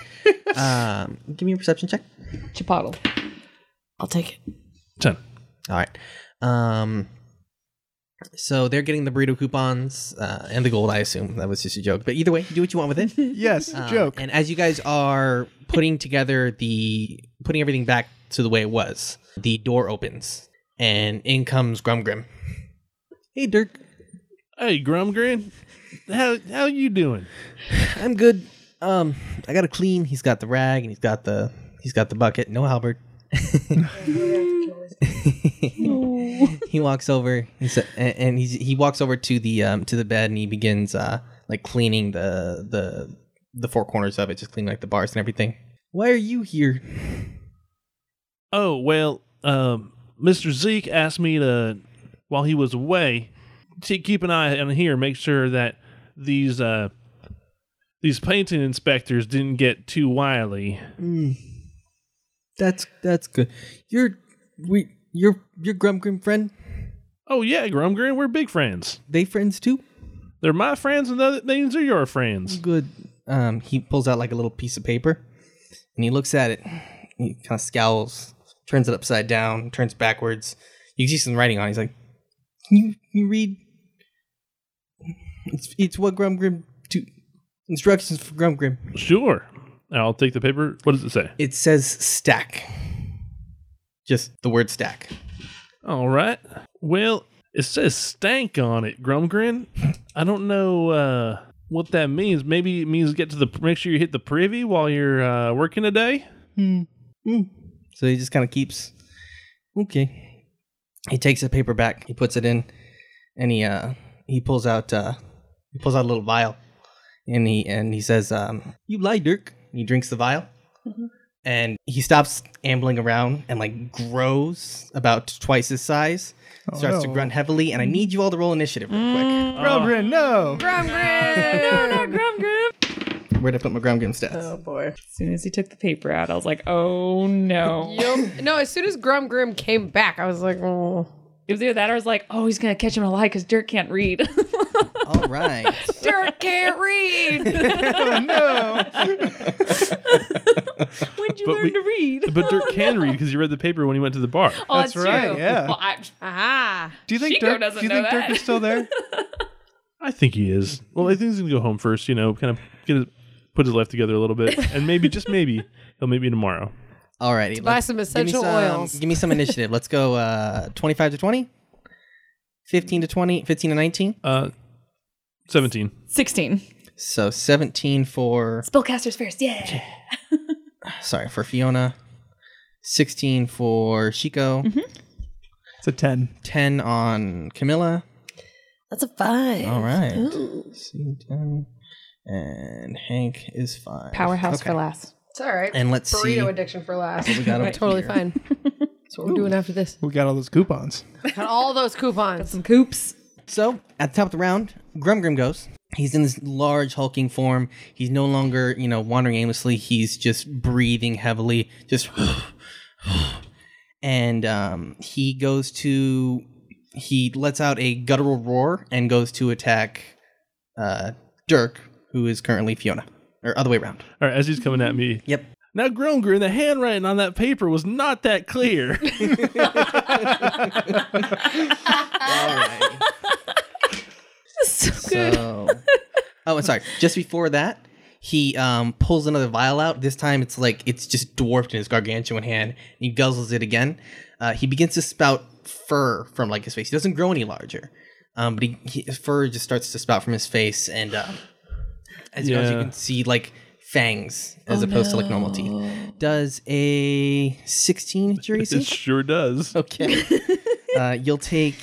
um, give me a perception check. Chipotle. I'll take it. Ten. All right. Um, so they're getting the burrito coupons uh, and the gold, I assume. That was just a joke. But either way, do what you want with it. yes, Ah. Um, joke. And as you guys are putting together the putting everything back to the way it was, the door opens and in comes Grumgrim. Hey Dirk, Hey, Grumgrin. How how you doing? I'm good. Um, I got to clean. He's got the rag and he's got the he's got the bucket. No halberd. he walks over and, sa- and and he's, he walks over to the um, to the bed and he begins uh, like cleaning the the the four corners of it, just cleaning like the bars and everything. Why are you here? Oh well, um, Mr. Zeke asked me to, while he was away, to keep an eye on here, make sure that these uh, these painting inspectors didn't get too wily. That's that's good. You're we your your Grumgrim friend. Oh yeah, Grumgrin, we're big friends. They friends too. They're my friends, and the other things are your friends. Good. Um, he pulls out like a little piece of paper, and he looks at it. He kind of scowls, turns it upside down, turns backwards. You can see some writing on. it. He's like, "Can you can you read?" It's it's what Grumgrim to instructions for Grumgrim. Sure, I'll take the paper. What does it say? It says stack. Just the word stack. All right. Well, it says stank on it, Grumgrin. I don't know uh, what that means. Maybe it means get to the make sure you hit the privy while you're uh, working a day. So he just kind of keeps. Okay. He takes the paper back. He puts it in, and he uh he pulls out uh he pulls out a little vial, and he and he says um you lie Dirk. He drinks the vial, and he stops ambling around and like grows about twice his size. starts to no. grunt heavily, and I need you all to roll initiative real Mm. Oh. quick. Grumgrin, no. Where'd I put my Grumgrim stats? As soon as he took the paper out, I was like, oh no. Yup. No, as soon as Grum Grim came back, I was like, oh. It was either that or I was like, oh, he's going to catch him in a lie because Dirk can't read. All right. Dirk can't read. When'd you But learn we- to read? But Dirk can read because he read the paper when he went to the bar. Oh, That's right, yeah. Well, I, Aha. Do you think Chico Dirk? doesn't do you know think Dirk that. is still there? I think he is. Well, I think he's gonna go home first. You know, kind of get his, put his life together a little bit, and maybe just maybe he'll meet me tomorrow. Alrighty. buy let's- some give me essential some- oils. Give me some initiative. Let's go uh, 25 to 20, 15 to 20, 15 to 19. Uh, seventeen. 16. So 17 for, Spellcasters first. Yeah. sorry, for Fiona, 16 for Chico, Mm-hmm. It's a 10. 10 on Camilla. That's a five. All right. C ten and Hank is five. Powerhouse Okay. for last. It's all right. And let's Burrito see. addiction for last. we got over totally here. fine. That's what we're doing after this. We got all those coupons. Got all those coupons. Some coops. So at the top of the round, Grumgrim goes. He's in this large hulking form. He's no longer, you know, wandering aimlessly. He's just breathing heavily, just and um, he goes to he lets out a guttural roar and goes to attack uh, Dirk, who is currently Fiona, or other way around. All right, as he's coming at me. Yep. Now, Gronger, the handwriting on that paper was not that clear. So, oh, and sorry. Just before that, he um, pulls another vial out. This time, it's like it's just dwarfed in his gargantuan hand. And he guzzles it again. Uh, he begins to spout fur from like his face. He doesn't grow any larger, um, but he, he, his fur just starts to spout from his face, and uh, as you guys, you Yeah. can see like fangs as opposed to like normal teeth. Does a sixteen jury it see? sure does. Okay. uh, you'll take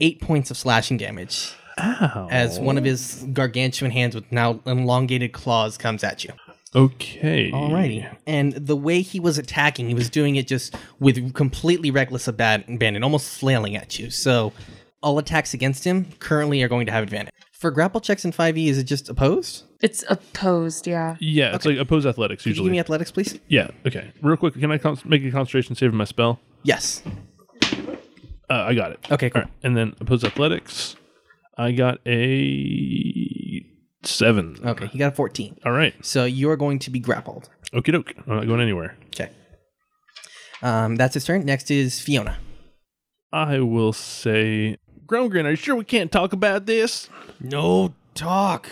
eight points of slashing damage Ow. as one of his gargantuan hands with now elongated claws comes at you. Okay. Alrighty. And the way he was attacking, he was doing it just with completely reckless abad- abandon, almost flailing at you. So all attacks against him currently are going to have advantage. For grapple checks in 5e, is it just opposed? It's opposed, yeah. Yeah, it's like opposed athletics Could you give usually. me athletics, please? yeah. Okay. Real quick, can I con- make a concentration save in my spell? Yes. Uh, I got it. Okay, cool. All right. And then opposed athletics, I got a seven. Okay, he got a 14. All right. So you're going to be grappled. Okie doke. I'm not going anywhere. Okay. Um, that's his turn. Next is Fiona. I will say, Gromgren, are you sure we can't talk about this? No talk.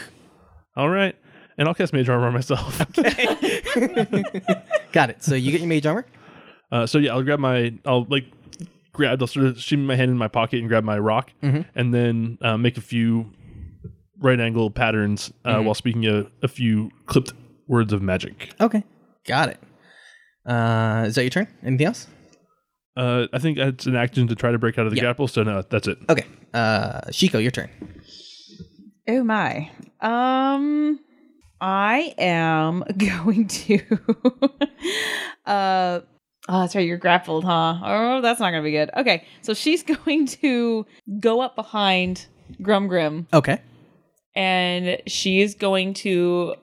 All right. And I'll cast Mage Armor on myself. Got it. So you get your mage armor. Uh, so yeah, I'll grab my, I'll like grab, I'll sort of shimmy my hand in my pocket and grab my rock, and then uh, make a few right angle patterns uh, while speaking a, a few clipped words of magic. Okay. Got it. Uh, is that your turn? Anything else? Uh, I think it's an action to try to break out of the grapple. So no, that's it. Okay. Uh, Shiko, your turn. Oh my. Um I am going to uh Oh, that's right. You're grappled, huh? Oh, that's not gonna be good. Okay, so she's going to go up behind Grumgrim, Okay. and she is going to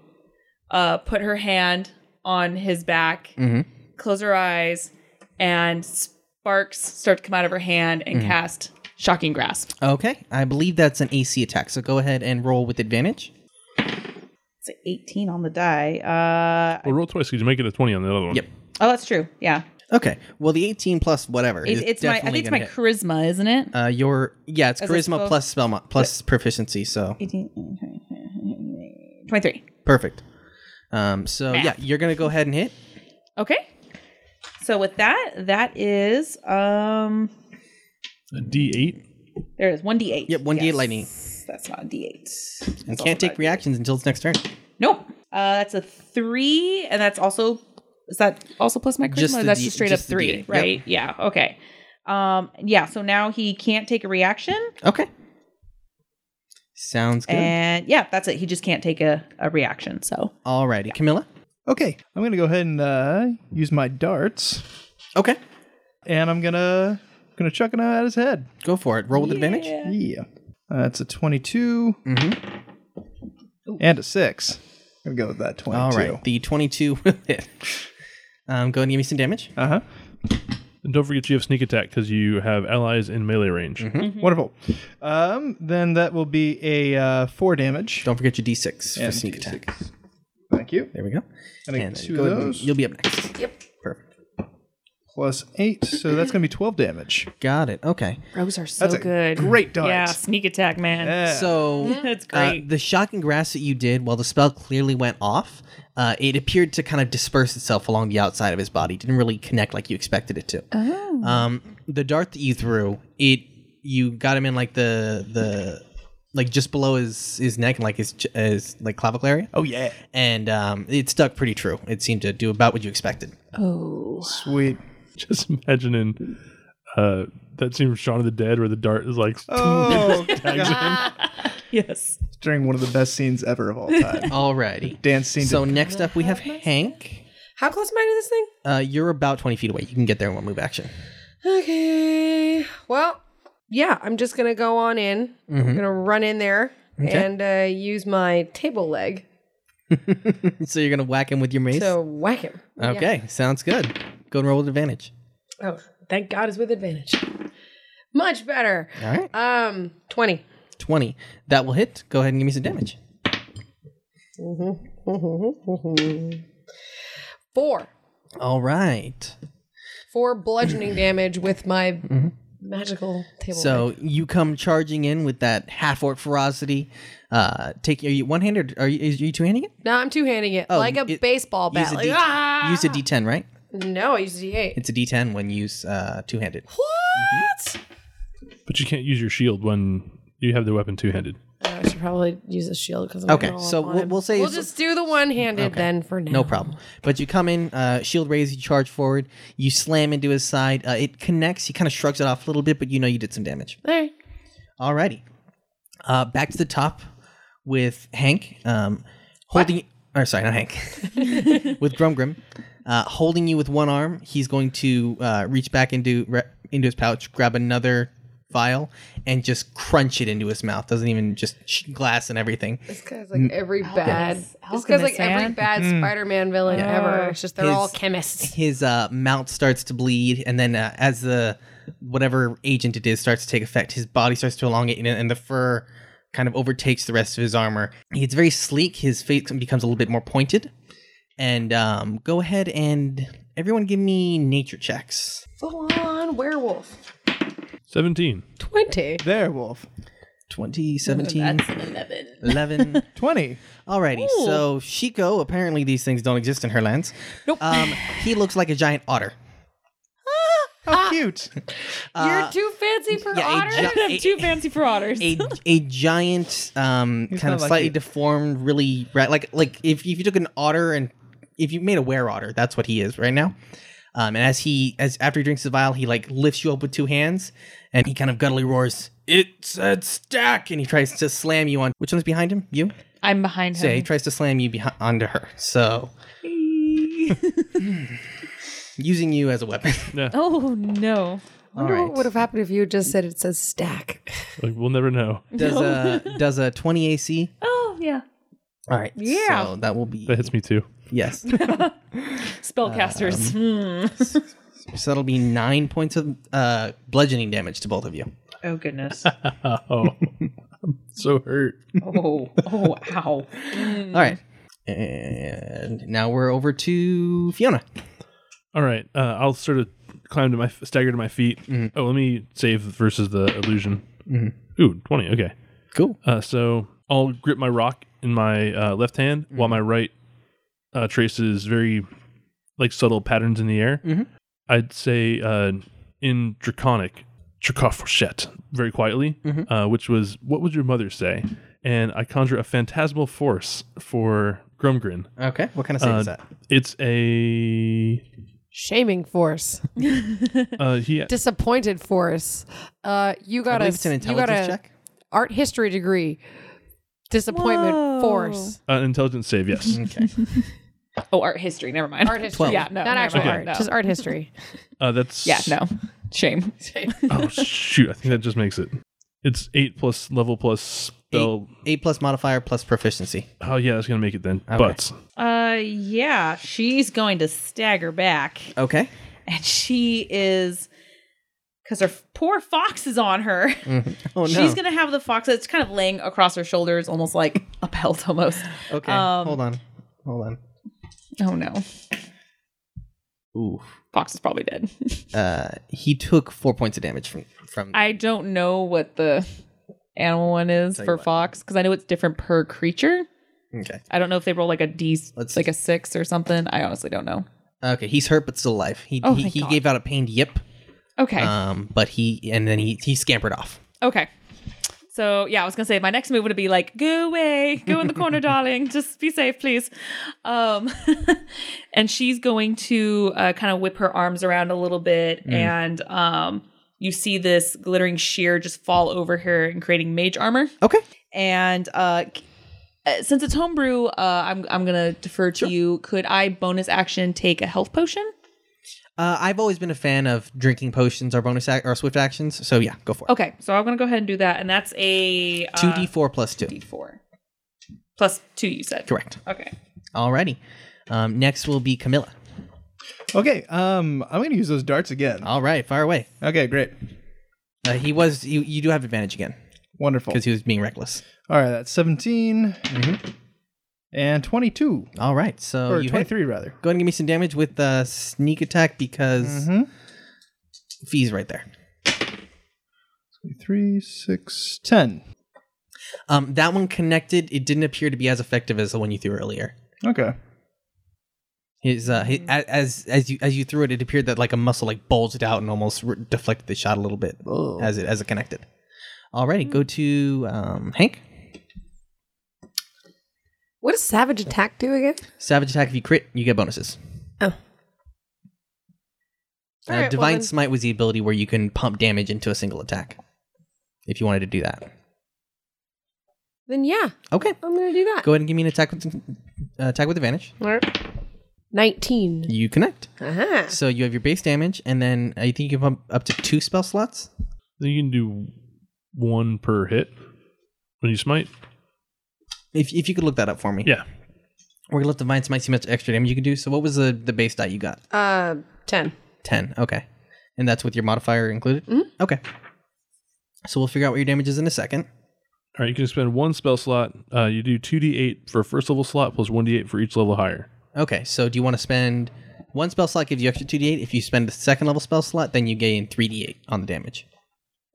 uh, put her hand on his back, Mm-hmm. close her eyes, and sparks start to come out of her hand Mm-hmm. and cast shocking grasp. Okay. I believe that's an AC attack. So go ahead and roll with advantage. It's an 18 on the die. Uh Well, roll twice because you make it a twenty on the other one. Yep. oh, that's true. Yeah, Okay. Well, the 18 plus whatever. it, is it's my. I think definitely it's my gonna hit. charisma, isn't it? uh, your yeah, it's As a charisma spell- plus spell mo- plus proficiency. So 18, 23. perfect. Um, so yeah, you're gonna go ahead and hit. Okay. So with that, that is um Uh, D eight. there is 1d8. Yep, 1d8 lightning. That's not a And d8. That's also can't take not- reactions until its next turn. Nope. Uh that's a 3 and that's also is that also plus my charisma? Just the that's D- just straight just up the 3, D8, yep. right? Yeah. Okay. Um yeah, so now he can't take a reaction Okay. Sounds good. and yeah, that's it. He just can't take a, a reaction. So Alrighty, Camilla. Okay, I'm gonna go ahead and uh, use my darts, Okay. and I'm gonna gonna chuck it out at his head. Go for it. Roll with advantage. Yeah, that's a 22 Mm-hmm. and a six. I'm gonna go with that 22. All right. The 22 will hit. Um, go ahead and give me some damage. Uh huh. And don't forget you have sneak attack because you have allies in melee range. Mm-hmm. Wonderful. Um, then that will be a uh, four damage. Don't forget your d6 for And sneak D6. attack. Thank you. There we go. And I then get two go of ahead and- those. You'll be up next. Yep. Perfect. plus eight, so that's going to be 12 damage. Got it. Okay. Rogues are so That's a good. great dodge. Yeah, sneak attack, man. Yeah. So That's uh, great. the shock and grasp that you did while the spell clearly went off, uh, it appeared to kind of disperse itself along the outside of his body. Didn't really connect like you expected it to. Oh. Um, the dart that you threw, it you got him in like the the like just below his his neck and like his ch- his like clavicle area, oh, yeah. and um, it stuck pretty true. It seemed to do about what you expected. Sweet. Just imagining uh, that scene from Shaun of the Dead where the dart is like, Oh, God. yes. during one of the best scenes ever of all time. Alrighty. Dance scene. So to- next up we have Hank. How close am I to this thing? Uh, you're about twenty feet away. You can get there in one move action. Okay. Well, yeah, I'm just gonna go on in. Mm-hmm. I'm gonna run in there and uh, use my table leg so you're gonna whack him with your mace. to whack him. Okay, sounds good. Go and roll with advantage. Oh, thank God it's with advantage. Much better. All right, Um, twenty. 20. That will hit. Go ahead and give me some damage. Four. All right. Four bludgeoning damage with my magical table. leg. So you come charging in with that half orc ferocity. Uh, take are you one handed? Are you, are you two handing it? no, I'm two handing it like a Oh, it- baseball bat. Use a, Like, D, ah! use a D10, right? No, I use a D8. It's a D10 when used uh, two handed. What? but you can't use your shield when you have the weapon two handed. I should probably use a shield because Okay, so we'll, we'll say we'll it's- just do the one-handed then for now. No problem. But you come in, uh, shield raise, you charge forward, you slam into his side. Uh, it connects. He kind of shrugs it off a little bit, but you know you did some damage. There. Alrighty. Uh, back to the top with Hank um, holding. Or sorry, not Hank. with Grumgrim uh, holding you with one arm. He's going to uh, reach back into re- into his pouch, grab another vial, and just crunch it into his mouth. Doesn't even just sh- glass and everything. This guy's like every bad. This guy's Alchemist, like every man. bad Spider-Man villain ever. It's just they're all Mm. His- chemists. His uh, mouth starts to bleed, and then uh, as the whatever agent it is starts to take effect, his body starts to elongate, and, and the fur kind of overtakes the rest of his armor. He gets very sleek. His face becomes a little bit more pointed. And um, go ahead and everyone give me nature checks. Full on werewolf. 17. Twenty. there, Wolf. 20, 17, 11. 20. Alrighty, so Shiko, apparently these things don't exist in her lands. Nope. Um, he looks like a giant otter. How cute. You're too fancy for yeah, a otters. gi- I'm too fancy for otters. a a giant, um, kind not of like slightly you. deformed, really ra- like like if if you took an otter and if you made a were otter, that's what he is right now. Um, and as he as after he drinks the vial, he like lifts you up with two hands, and he kind of guttily roars, "It's a stack!" And he tries to slam you on. Which one's behind him? You. I'm behind him. So yeah, he tries to slam you behind onto her. So. Using you as a weapon. Oh no. wonder what would have happened if you had just said it says stack. Like, we'll never know. Does a does a twenty AC? Oh yeah. All right. Yeah. So that will be That hits me too. yes. Um. Spellcasters. So that'll be nine points of uh, bludgeoning damage to both of you. oh goodness. Oh, I'm so hurt. oh. Oh All ow. right. And now we're over to Fiona. All right, uh, I'll sort of climb to my stagger to my feet. Oh, let me save versus the illusion. Ooh, twenty. Okay, Cool. uh, so I'll grip my rock in my uh, left hand Mm-hmm. while my right uh, traces very like subtle patterns in the air. Mm-hmm. I'd say uh, in draconic Dracoforchet very quietly, Mm-hmm. uh, which was what would your mother say? And I conjure a phantasmal force for Grumgrin. Okay. What kind of Uh, save is that? It's a Shaming force. uh, he Disappointed force. Uh, you I got a believe it's an you got intelligence a check. art history degree. Disappointment force. Uh, intelligence save, yes. Mm-hmm. Oh art history. Never mind. Art history. Twelve. Yeah, no. Not never actual mind, art, no. just art history. Uh, that's Yeah, no. Shame. Oh shoot, I think that just makes it. It's eight plus level plus spell. Eight plus modifier plus proficiency. Oh yeah, that's gonna make it then. But Uh yeah. She's going to stagger back. Okay. And she is because her f- poor fox is on her. Oh no. She's gonna have the fox that's kind of laying across her shoulders, almost like a pelt almost. okay. um, hold on. Hold on. Oh no. Oof. Fox is probably dead. Uh, he took four points of damage from from. I don't know what the animal one is Tell you for what. fox because I know it's different per creature. okay. I don't know if they roll like a D, Let's- like a six or something. I honestly don't know. Okay. He's hurt but still alive. He Oh, he, thank he God. gave out a pained yip. Okay. Um, but he and then he he scampered off. Okay. So yeah, I was gonna say my next move would be like, go away, go in the corner, darling. Just be safe, please. Um, and she's going to uh, kind of whip her arms around a little bit, and um, you see this glittering shear just fall over her and creating mage armor. Okay. And uh, c- uh, since it's homebrew, uh, I'm I'm gonna defer to you. Could I bonus action take a health potion? Uh, I've always been a fan of drinking potions or bonus ac- or swift actions. So yeah, go for it. Okay, so I'm gonna go ahead and do that, and that's a Two d four plus Uh, two. d4 plus two. You said Correct. Okay. Alrighty. Um, next will be Camilla. Okay, um, I'm gonna use those darts again. All right, fire away. Okay, great, Uh, he was you. You do have advantage again wonderful. because he was being reckless. All right, that's 17 and 22 All right, so or you hit. 23 rather. Go ahead and give me some damage with uh, sneak attack because fees right there. Three, six, ten. Um, that one connected. It didn't appear to be as effective as the one you threw earlier. Okay. His, uh, Mm. his a- as as you as you threw it, it appeared that like a muscle like bulged out and almost re- deflected the shot a little bit as it as it connected. Alrighty, Mm. go to um, Hank. What does Savage Attack do again? Savage attack if you crit, you get bonuses. Oh. Uh, All right, well Divine then. Smite was the ability where you can pump damage into a single attack. If you wanted to do that. Then yeah, Okay. I'm gonna do that. Go ahead and give me an attack with uh, attack with advantage. All right. Nineteen. You connect. Uh-huh. So you have your base damage, and then I think you can pump up to two spell slots. Then you can do one per hit when you smite. If, if you could look that up for me. Yeah. We're gonna let Divine Smite see much extra damage you can do. So what was the, the base die you got? Uh, ten. Mm-hmm. Ten. Okay. And that's with your modifier included? Okay. So we'll figure out what your damage is in a second. All right, you can spend one spell slot. Uh, you do 2d8 for a first level slot plus 1d8 for each level higher. Okay, so do you want to spend one spell slot gives you extra two d8? If you spend the second level spell slot, then you gain three d8 on the damage.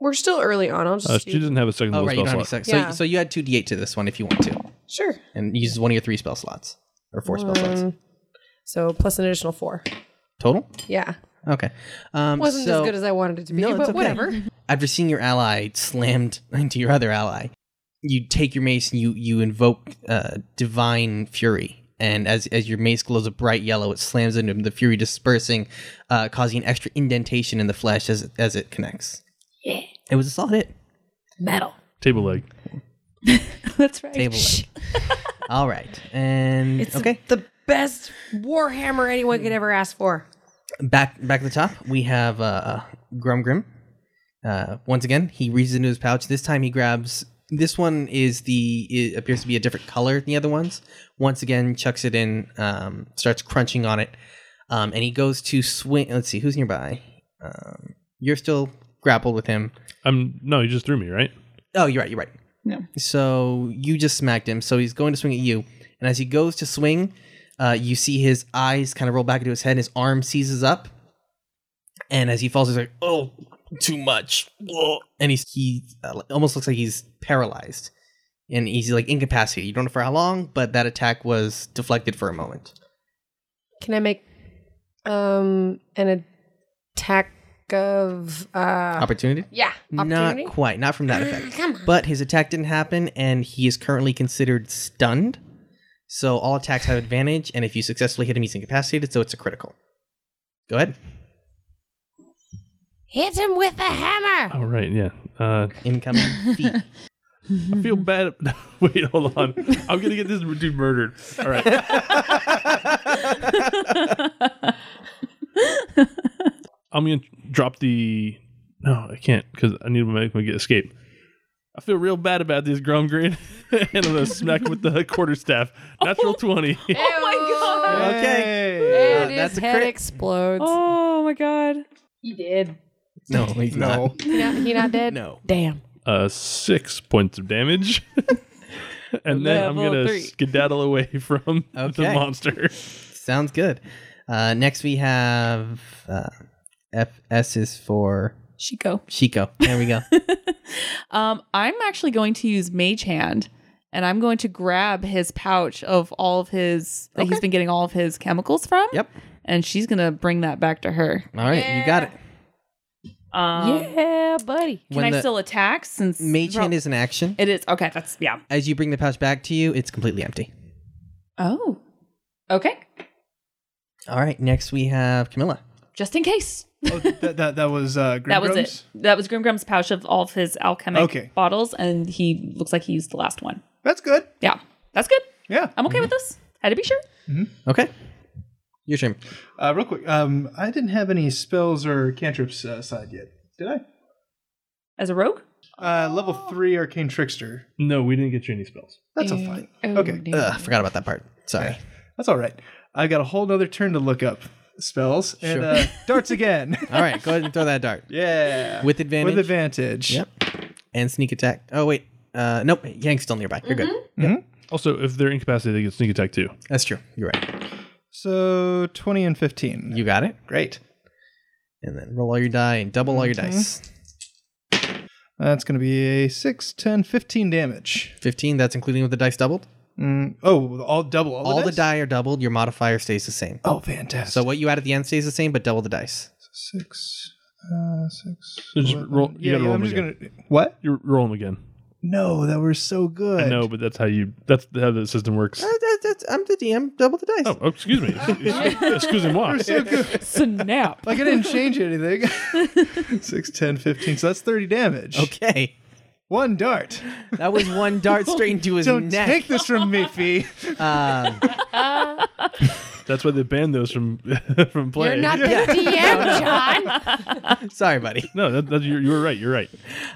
We're still early on. I'll just. Uh, do- she doesn't have a second Oh, level right, you don't spell have any slot. sec- so, Yeah. so you add two d8 to this one if you want to, sure. and uses one of your three spell slots or four spell slots Um, so plus an additional four. total. Yeah, Okay, um, wasn't so as good as I wanted it to be, No, it's but okay. whatever. after seeing your ally slammed into your other ally, you take your mace and you you invoke uh, divine fury. And as as your mace glows a bright yellow, it slams into him, the fury dispersing, uh, causing an extra indentation in the flesh as it, as it connects. Yeah. It was a solid hit. Metal. Table leg. That's right. Table leg. All right, and It's okay, the best warhammer anyone could ever ask for. back back at the top we have uh, Grum Grim. Uh, once again, he reaches into his pouch. This time he grabs. This one is the it appears to be a different color than the other ones. Once again, chucks it in, um, starts crunching on it, um, and he goes to swing. Let's see who's nearby. Um, you're still grappled with him. I'm no, you just threw me, right? Oh, you're right. You're right. No. So you just smacked him. So he's going to swing at you, and as he goes to swing, uh, you see his eyes kind of roll back into his head. And his arm seizes up, and as he falls, he's like, "Oh, too much!" Ugh." And he's he uh, almost looks like he's paralyzed, and he's like incapacitated. You don't know for how long, but that attack was deflected for a moment. Can I make um an attack of uh Opportunity? yeah Not opportunity? quite. Not from that effect. Come on. But his attack didn't happen, and he is currently considered stunned. So all attacks have advantage, and if you successfully hit him, he's incapacitated, so it's a critical. Go ahead. Hit him with a hammer. Oh, right, yeah. Uh, Incoming feet. I feel bad. Mm-hmm. Wait, hold on. I'm gonna get this dude murdered. All right. I'm gonna drop the. No, I can't because I need to make him get escape. I feel real bad about this Grum Green, and I'm gonna smack him with the quarterstaff. Natural twenty. Oh my god. Okay. And Uh, his that's a head crit. explodes. Oh my god. He did. No, he's No. not. He, not, he not dead. No. Damn. Uh, six points of damage, and then I'm Level gonna three. skedaddle away from the Okay. monster. Sounds good. Uh, next we have uh, FS is for Shiko. Shiko. There we go. Um, I'm actually going to use Mage Hand, and I'm going to grab his pouch of all of his that he's been getting all of his chemicals from. Yep. And she's gonna bring that back to her. All right, you got it. Um, yeah, buddy. Can I the still attack since mage hand is an action, It is okay. That's yeah. as you bring the pouch back to you, it's completely empty. Oh, okay. All right, next we have Camilla. Just in case. Oh, that, that, that was uh, Grim That was Grum's? it. That was Grimgrum's pouch of all of his alchemic Okay. bottles, and he looks like he used the last one. That's good. Yeah, that's good. Yeah. I'm okay with this. Had to be sure. Okay, your turn. Uh, real quick, um, I didn't have any spells or cantrips uh, side yet, did I? As a rogue, Uh, level three arcane trickster. No, we didn't get you any spells. That's a fight. Okay, Ugh, forgot about that part. Sorry. that's all right. I got a whole nother turn to look up spells and Sure. uh, darts again. All right, go ahead and throw that dart yeah, with advantage. with advantage. Yep. and sneak attack. Oh wait, uh, nope. Yank's still nearby. You're good. Also, if they're incapacitated, they get sneak attack too. That's true. You're right. So twenty and fifteen. You got it. Great. And then roll all your die and double all your dice. That's going to be a 6, 10, 15 damage. Fifteen. That's including with the dice doubled. Mm, oh, all double. All, all the, the die are doubled. Your modifier stays the same. Oh, fantastic. So what you add at the end stays the same, but double the dice. 6, uh, 6. So just roll- you gotta yeah, yeah, roll I'm them just going to. What? You roll them again. No, that was so good. I know, but that's how you. That's how the system works. Uh, I'm the DM. Double the dice. Oh, oh, excuse me. excuse me. Why? snap. Like I didn't change anything. 6, 10, 15. So that's 30 damage. Okay, One dart. that was one dart straight into his Don't neck. take this from me, Fee. Um, That's why they banned those from from You're playing. not the DM, John. sorry, buddy. No, that, that, you're, you're right. You're right.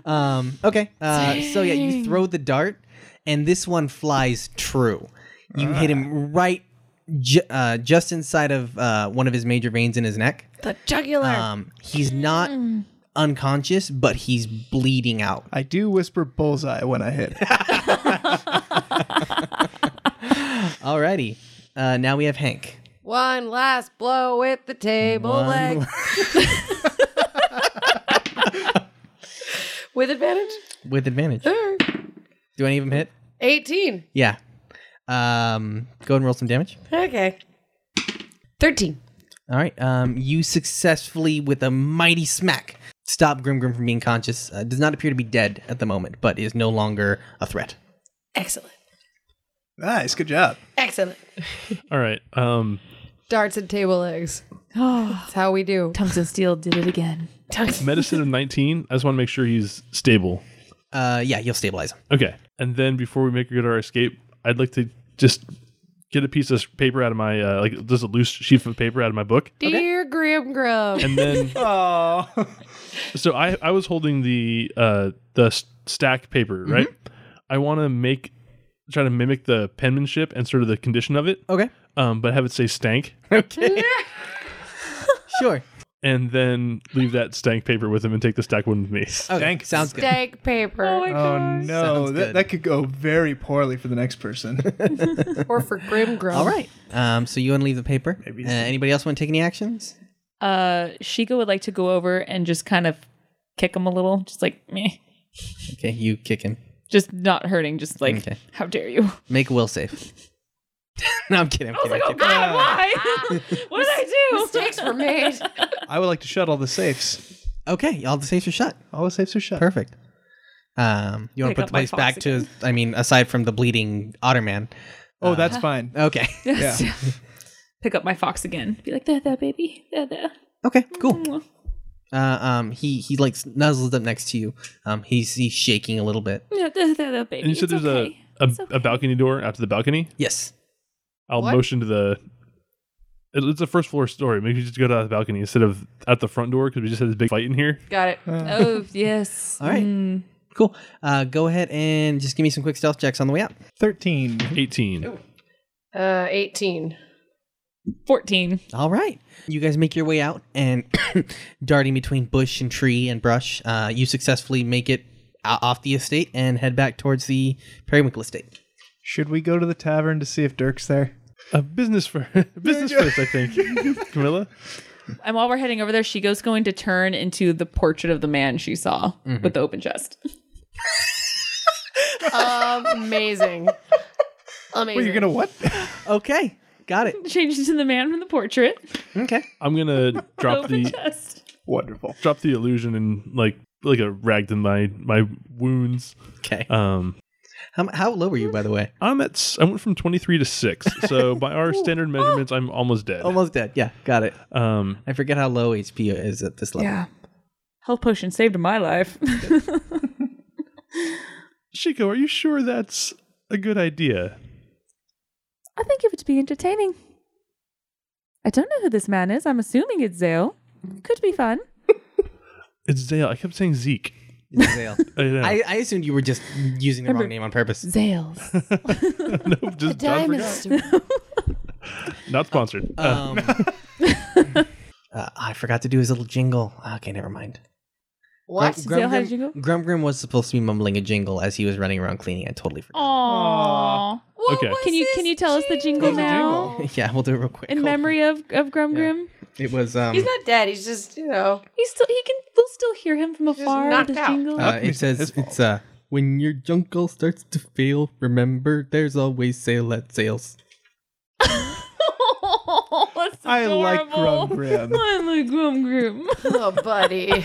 Um, okay. Uh, so yeah, you throw the dart, and this one flies true. You hit him right, ju- uh, just inside of uh, one of his major veins in his neck. The jugular. Hmm. Um, he's not unconscious, but he's bleeding out. I do whisper bullseye when I hit. Alrighty. Uh, now we have Hank. One last blow at the table One leg. With advantage? With advantage. Do any of them hit? 18. Yeah. Um, go ahead and roll some damage. Okay. 13. All right. Um, you successfully, with a mighty smack, stop Grim Grim from being conscious. Uh, does not appear to be dead at the moment, but is no longer a threat. Excellent. nice. Good job. Excellent. All right. Um, Darts and table legs. That's how we do. Tongues of Steel did it again. medicine of 19. I just want to make sure he's stable. Uh, yeah, you'll stabilize him. Okay. And then before we make good our escape, I'd like to just get a piece of paper out of my uh, like just a loose sheet of paper out of my book. Dear Grim Grum. And then Oh. so I I was holding the uh the s- stack paper, Mm-hmm. right? I want to make try to mimic the penmanship and sort of the condition of it. Okay. Um but have it say stank Okay. sure. and then leave that stank paper with him and take the stack one with me. Okay. Stank. Sounds good. Dank paper. Oh no, Sounds that, good. that could go very poorly for the next person. or for Grim Grum. All right. Um, so you want to leave the paper? Uh, anybody else want to take any actions? Uh, Shiko would like to go over and just kind of kick him a little, just like me, Okay, you kick him. just not hurting, just like Okay. how dare you? Make a will save. no, I'm kidding. I'm kidding, I'm kidding. God, why? what did I do? Mistakes were made. I would like to shut all the safes. Okay, all the safes are shut. All the safes are shut. Perfect. Um, you want Pick to put up the my place fox back to? I mean, aside from the bleeding Otterman. Oh, that's Uh-huh. fine. Okay. Yeah. Pick up my fox again. Be like, there, there, baby, there, there. Okay. Cool. Uh, um, he he like nuzzles up next to you. Um, he's he's shaking a little bit. Yeah, there, there, there, baby. And you said It's there's okay. a a, It's okay. a balcony door out to the balcony. Yes. I'll What? motion to the. it- It's a first floor story. Maybe you just go to the balcony instead of at the front door because we just had this big fight in here. Got it. Oh yes. All right. Mm. Cool. Uh, go ahead and just give me some quick stealth checks on the way out. 13. 18. Uh, 18. Fourteen. All right. You guys make your way out and darting between bush and tree and brush. Uh, you successfully make it o- off the estate and head back towards the Periwinkle estate. Should we go to the tavern to see if Dirk's there? Uh, business first. business first, I think. Camilla? And while we're heading over there, Shigo's going to turn into the portrait of the man she saw Mm-hmm. with the open chest. Amazing. Amazing. Well, you're gonna what? Okay, got it. Change to the man from the portrait. Okay. I'm going to drop open the chest. Wonderful. drop the illusion and like like a rag to my my wounds. Okay. Um How, how low were you, by the way? I'm at s- I went from 23 to 6. So by our standard measurements, I'm almost dead. Almost dead. Yeah, got it. Um I forget how low HP is at this level. Yeah. Health potion saved my life. Chico, are you sure that's a good idea? I think it would be entertaining. I don't know who this man is. I'm assuming it's Zale. Could be fun. It's Zale. I kept saying Zeke. It's Zale. I, know. I, I assumed you were just using the wrong name on purpose. Zales. nope, just I forgot. not sponsored. Uh, Um, uh, I forgot to do his little jingle. Okay, never mind. What? Grum- Zale had a Grumgrim- jingle? Grumgrim was supposed to be mumbling a jingle as he was running around cleaning. I totally forgot. Aww. okay. Can you can you tell us the jingle jingle? now? yeah, we'll do it real quick. In Hold on. memory of of Grumgrim? it was um. He's not dead. He's just, you know. He's still he can we'll still hear him from just afar with knocked his out. jingle. uh, it says it's uh. When your jungle starts to fail, remember there's always sale at sales. That's I like adorable. Grumgrim. I like Grumgrim. Oh, buddy.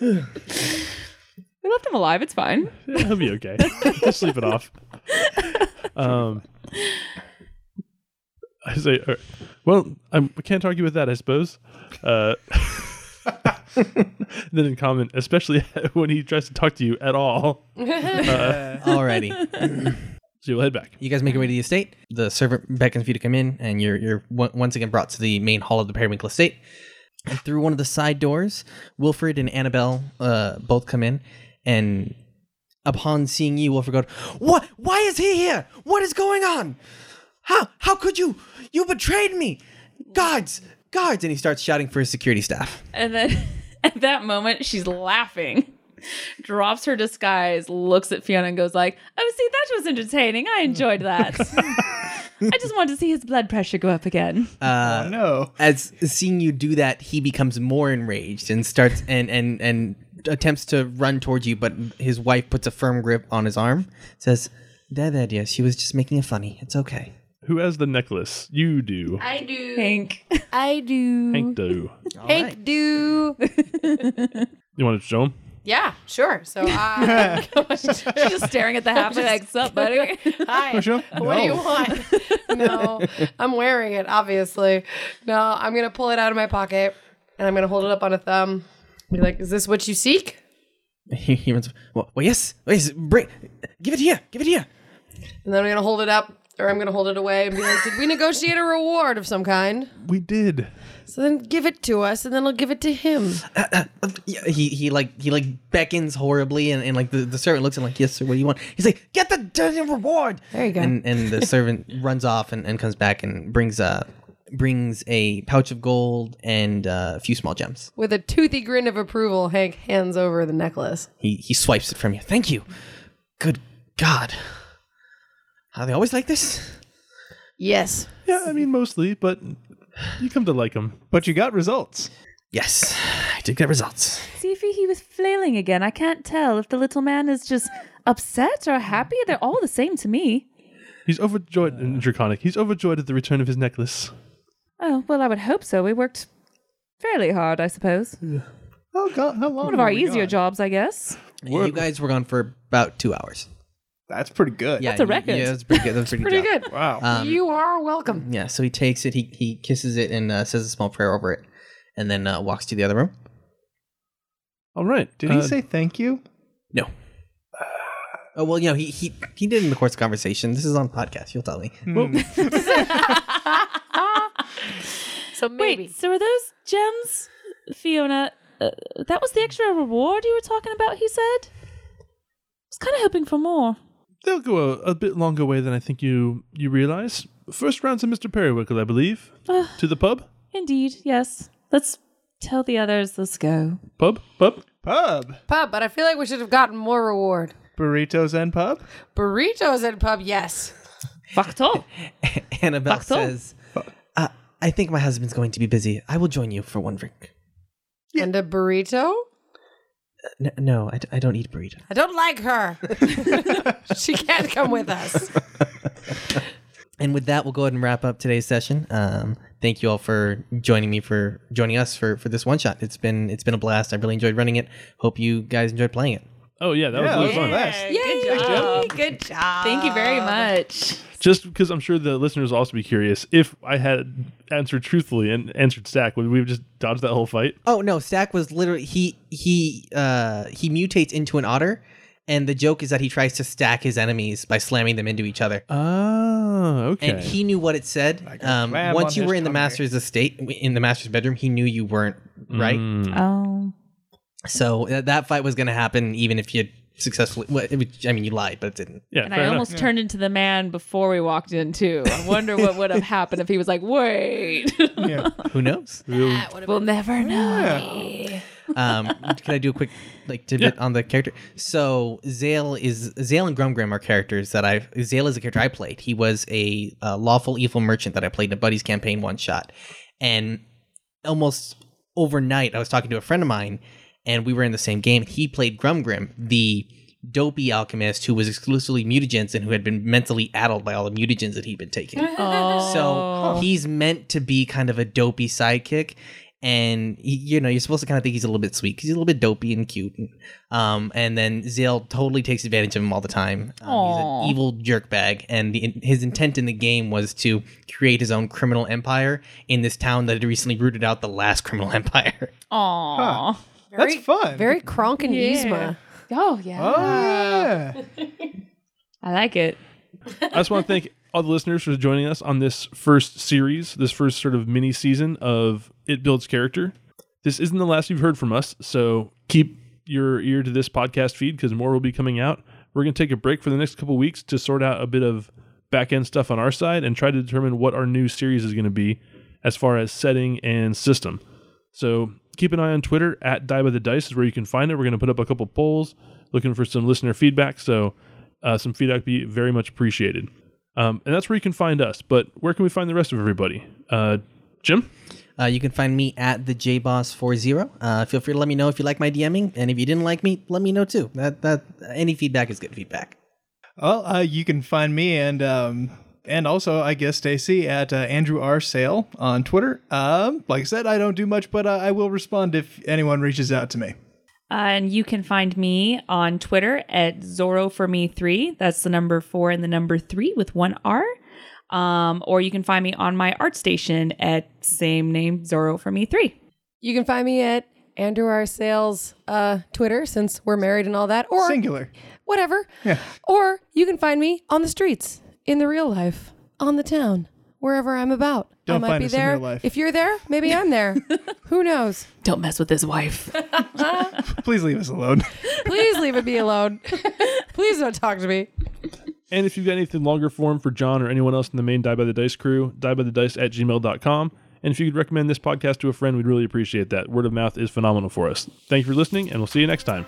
We left him alive. It's fine. Yeah, he'll be okay. Just sleep it off. Um, I say, all right. well, I'm, I can't argue with that, I suppose. Uh, then in comment, especially when he tries to talk to you at all. Alrighty. So you'll head back. You guys make your way to the estate. The servant beckons for you to come in, and you're you're on- once again brought to the main hall of the Periwinkle Estate. And through one of the side doors, Wilfred and Annabelle uh, both come in, and upon seeing you, Wilfred goes, "What? Why is he here? What is going on? How how could you? You betrayed me, guards, guards!" And he starts shouting for his security staff. And then at that moment, she's laughing, drops her disguise, looks at Fiona and goes like, "Oh, see, that was entertaining. I enjoyed that. I just wanted to see his blood pressure go up again." Uh, oh no. as seeing you do that, he becomes more enraged and starts and and and attempts to run towards you, but his wife puts a firm grip on his arm. Says, "There, there, dear. She was just making a funny. It's okay." Who has the necklace? You do. I do. Pink. I do. Hank do. Hank do. You want to show him? Yeah, sure. So uh, I. She's just staring at the half eggs up, buddy. Hi. Sure. What do you No. want? no, I'm wearing it, obviously. No, I'm going to pull it out of my pocket and I'm going to hold it up on a thumb. Be like, is this what you seek? He, he runs. Well, well, yes, yes. Bring, give it here. Give it here. And then I'm going to hold it up or I'm going to hold it away and be like, did we negotiate a reward of some kind? We did. So then give it to us and then I'll give it to him. Yeah, he he like he like beckons horribly, and, and like the, the servant looks at him like, "Yes, sir. What do you want?" He's like, "Get the dirty reward." There you go. And and the servant runs off and, and comes back and brings uh brings a pouch of gold and uh, a few small gems. With a toothy grin of approval, Hank hands over the necklace. He he swipes it from you. Thank you. Good God. Are they always like this? Yes. Yeah, I mean, mostly, but you come to like him. But you got results. Yes, I did get results. see if he, he was flailing again. I can't tell if the little man is just upset or happy. They're all the same to me. He's overjoyed in Draconic. He's overjoyed at the return of his necklace. Oh well, I would hope so. We worked fairly hard, I suppose. Oh god, how long? One of our easier jobs, I guess. you guys were gone for about two hours. That's pretty good. Yeah, a you- record. Yeah, that's pretty good. That's pretty, Pretty good. good. Wow. you are welcome. Yeah, so he takes it, he, he kisses it, and uh, says a small prayer over it, and then uh, walks to the other room. All right. Did he uh, say thank you? No. Oh well, you know he he he did in the course of conversation. This is on podcast. You'll tell me. Hmm. So maybe. Wait, so are those gems, Fiona? Uh, that was the extra reward you were talking about, he said? I was kind of hoping for more. They'll go a, a bit longer way than I think you you realize. First round's of Mr. Periwinkle, I believe. to the pub? Indeed, yes. Let's tell the others, let's go. Pub? Pub? Pub. Pub, but I feel like we should have gotten more reward. Burritos and pub? Burritos at pub, yes. Vakto. Annabelle Bakto? says, uh, I think my husband's going to be busy. I will join you for one drink. And a burrito? Uh, N- no, I, d- I don't eat burrito. I don't like her. she can't come with us. And with that, we'll go ahead and wrap up today's session. Um, thank you all for joining me for joining us for for this one shot. It's been it's been a blast. I really enjoyed running it. Hope you guys enjoyed playing it. Oh yeah, that Yeah, was really that was fun. fun. Yay! Good job. Good job. Thank you very much. Just because I'm sure the listeners will also be curious if I had answered truthfully and answered Stack, would we have just dodged that whole fight? Oh no, Stack was literally he he uh he mutates into an otter, and the joke is that he tries to stack his enemies by slamming them into each other. Oh, okay. And he knew what it said. Like a Um, clam once on you his were in the tummy. master's estate, in the master's bedroom, he knew you weren't right. Mm. Um, Oh. So uh, that fight was going to happen, even if you successfully. Well, it, was- I mean, you lied, but it didn't. yeah, And fair I enough. almost turned into the man before we walked in too. I wonder what would have happened if he was like, "Wait." Yeah. Who knows? we'll never know. Um, can I do a quick like tidbit on the character? So Zale is Zale and Grumgrim are characters that I Zale is a character I played. He was a uh, lawful evil merchant that I played in a buddy's campaign one shot, and almost overnight I was talking to a friend of mine, and we were in the same game. He played Grumgrim, the dopey alchemist who was exclusively mutagens and who had been mentally addled by all the mutagens that he'd been taking. So he's meant to be kind of a dopey sidekick. And y- you know you're supposed to kind of think he's a little bit sweet 'cause he's a little bit dopey and cute, um, and then Zale totally takes advantage of him all the time. Um, he's an evil jerkbag, and the, his intent in the game was to create his own criminal empire in this town that had recently rooted out the last criminal empire. Aww. That's fun. Very Kronk and Yzma. Oh yeah. Oh yeah. I like it. I just want to thank all the listeners for joining us on this first series, this first sort of mini season of It Builds Character. This isn't the last you've heard from us, so keep your ear to this podcast feed because more will be coming out. We're going to take a break for the next couple weeks to sort out a bit of back end stuff on our side and try to determine what our new series is going to be as far as setting and system. So keep an eye on Twitter at Die by the Dice is where you can find it. We're going to put up a couple polls looking for some listener feedback. So uh, some feedback would be very much appreciated. Um, and that's where you can find us. But where can we find the rest of everybody? Uh, Jim? Uh, you can find me at the JBoss40. Uh, feel free to let me know if you like my DMing, and if you didn't like me, let me know too. That that any feedback is good feedback. Well, uh, you can find me and um, and also I guess Stacy at uh, Andrew R Sale on Twitter. Um, like I said, I don't do much, but uh, I will respond if anyone reaches out to me. Uh, and you can find me on Twitter at Zorro for me three. That's the number four and the number three with one R. Um, or you can find me on my art station at same name Zorro for me three. You can find me at Andrew R. Sales uh, Twitter, since we're married and all that, or Singular. whatever. Or you can find me on the streets, in the real life, on the town, wherever I'm about. Don't I might find be us in there. real life. If you're there, maybe I'm there. Who knows? Don't mess with his wife. Please leave us alone. Please leave me alone. Please don't talk to me. And if you've got anything longer form for John or anyone else in the main Die by the Dice crew, die by the dice at gmail.com. And if you could recommend this podcast to a friend, we'd really appreciate that. Word of mouth is phenomenal for us. Thank you for listening, and we'll see you next time.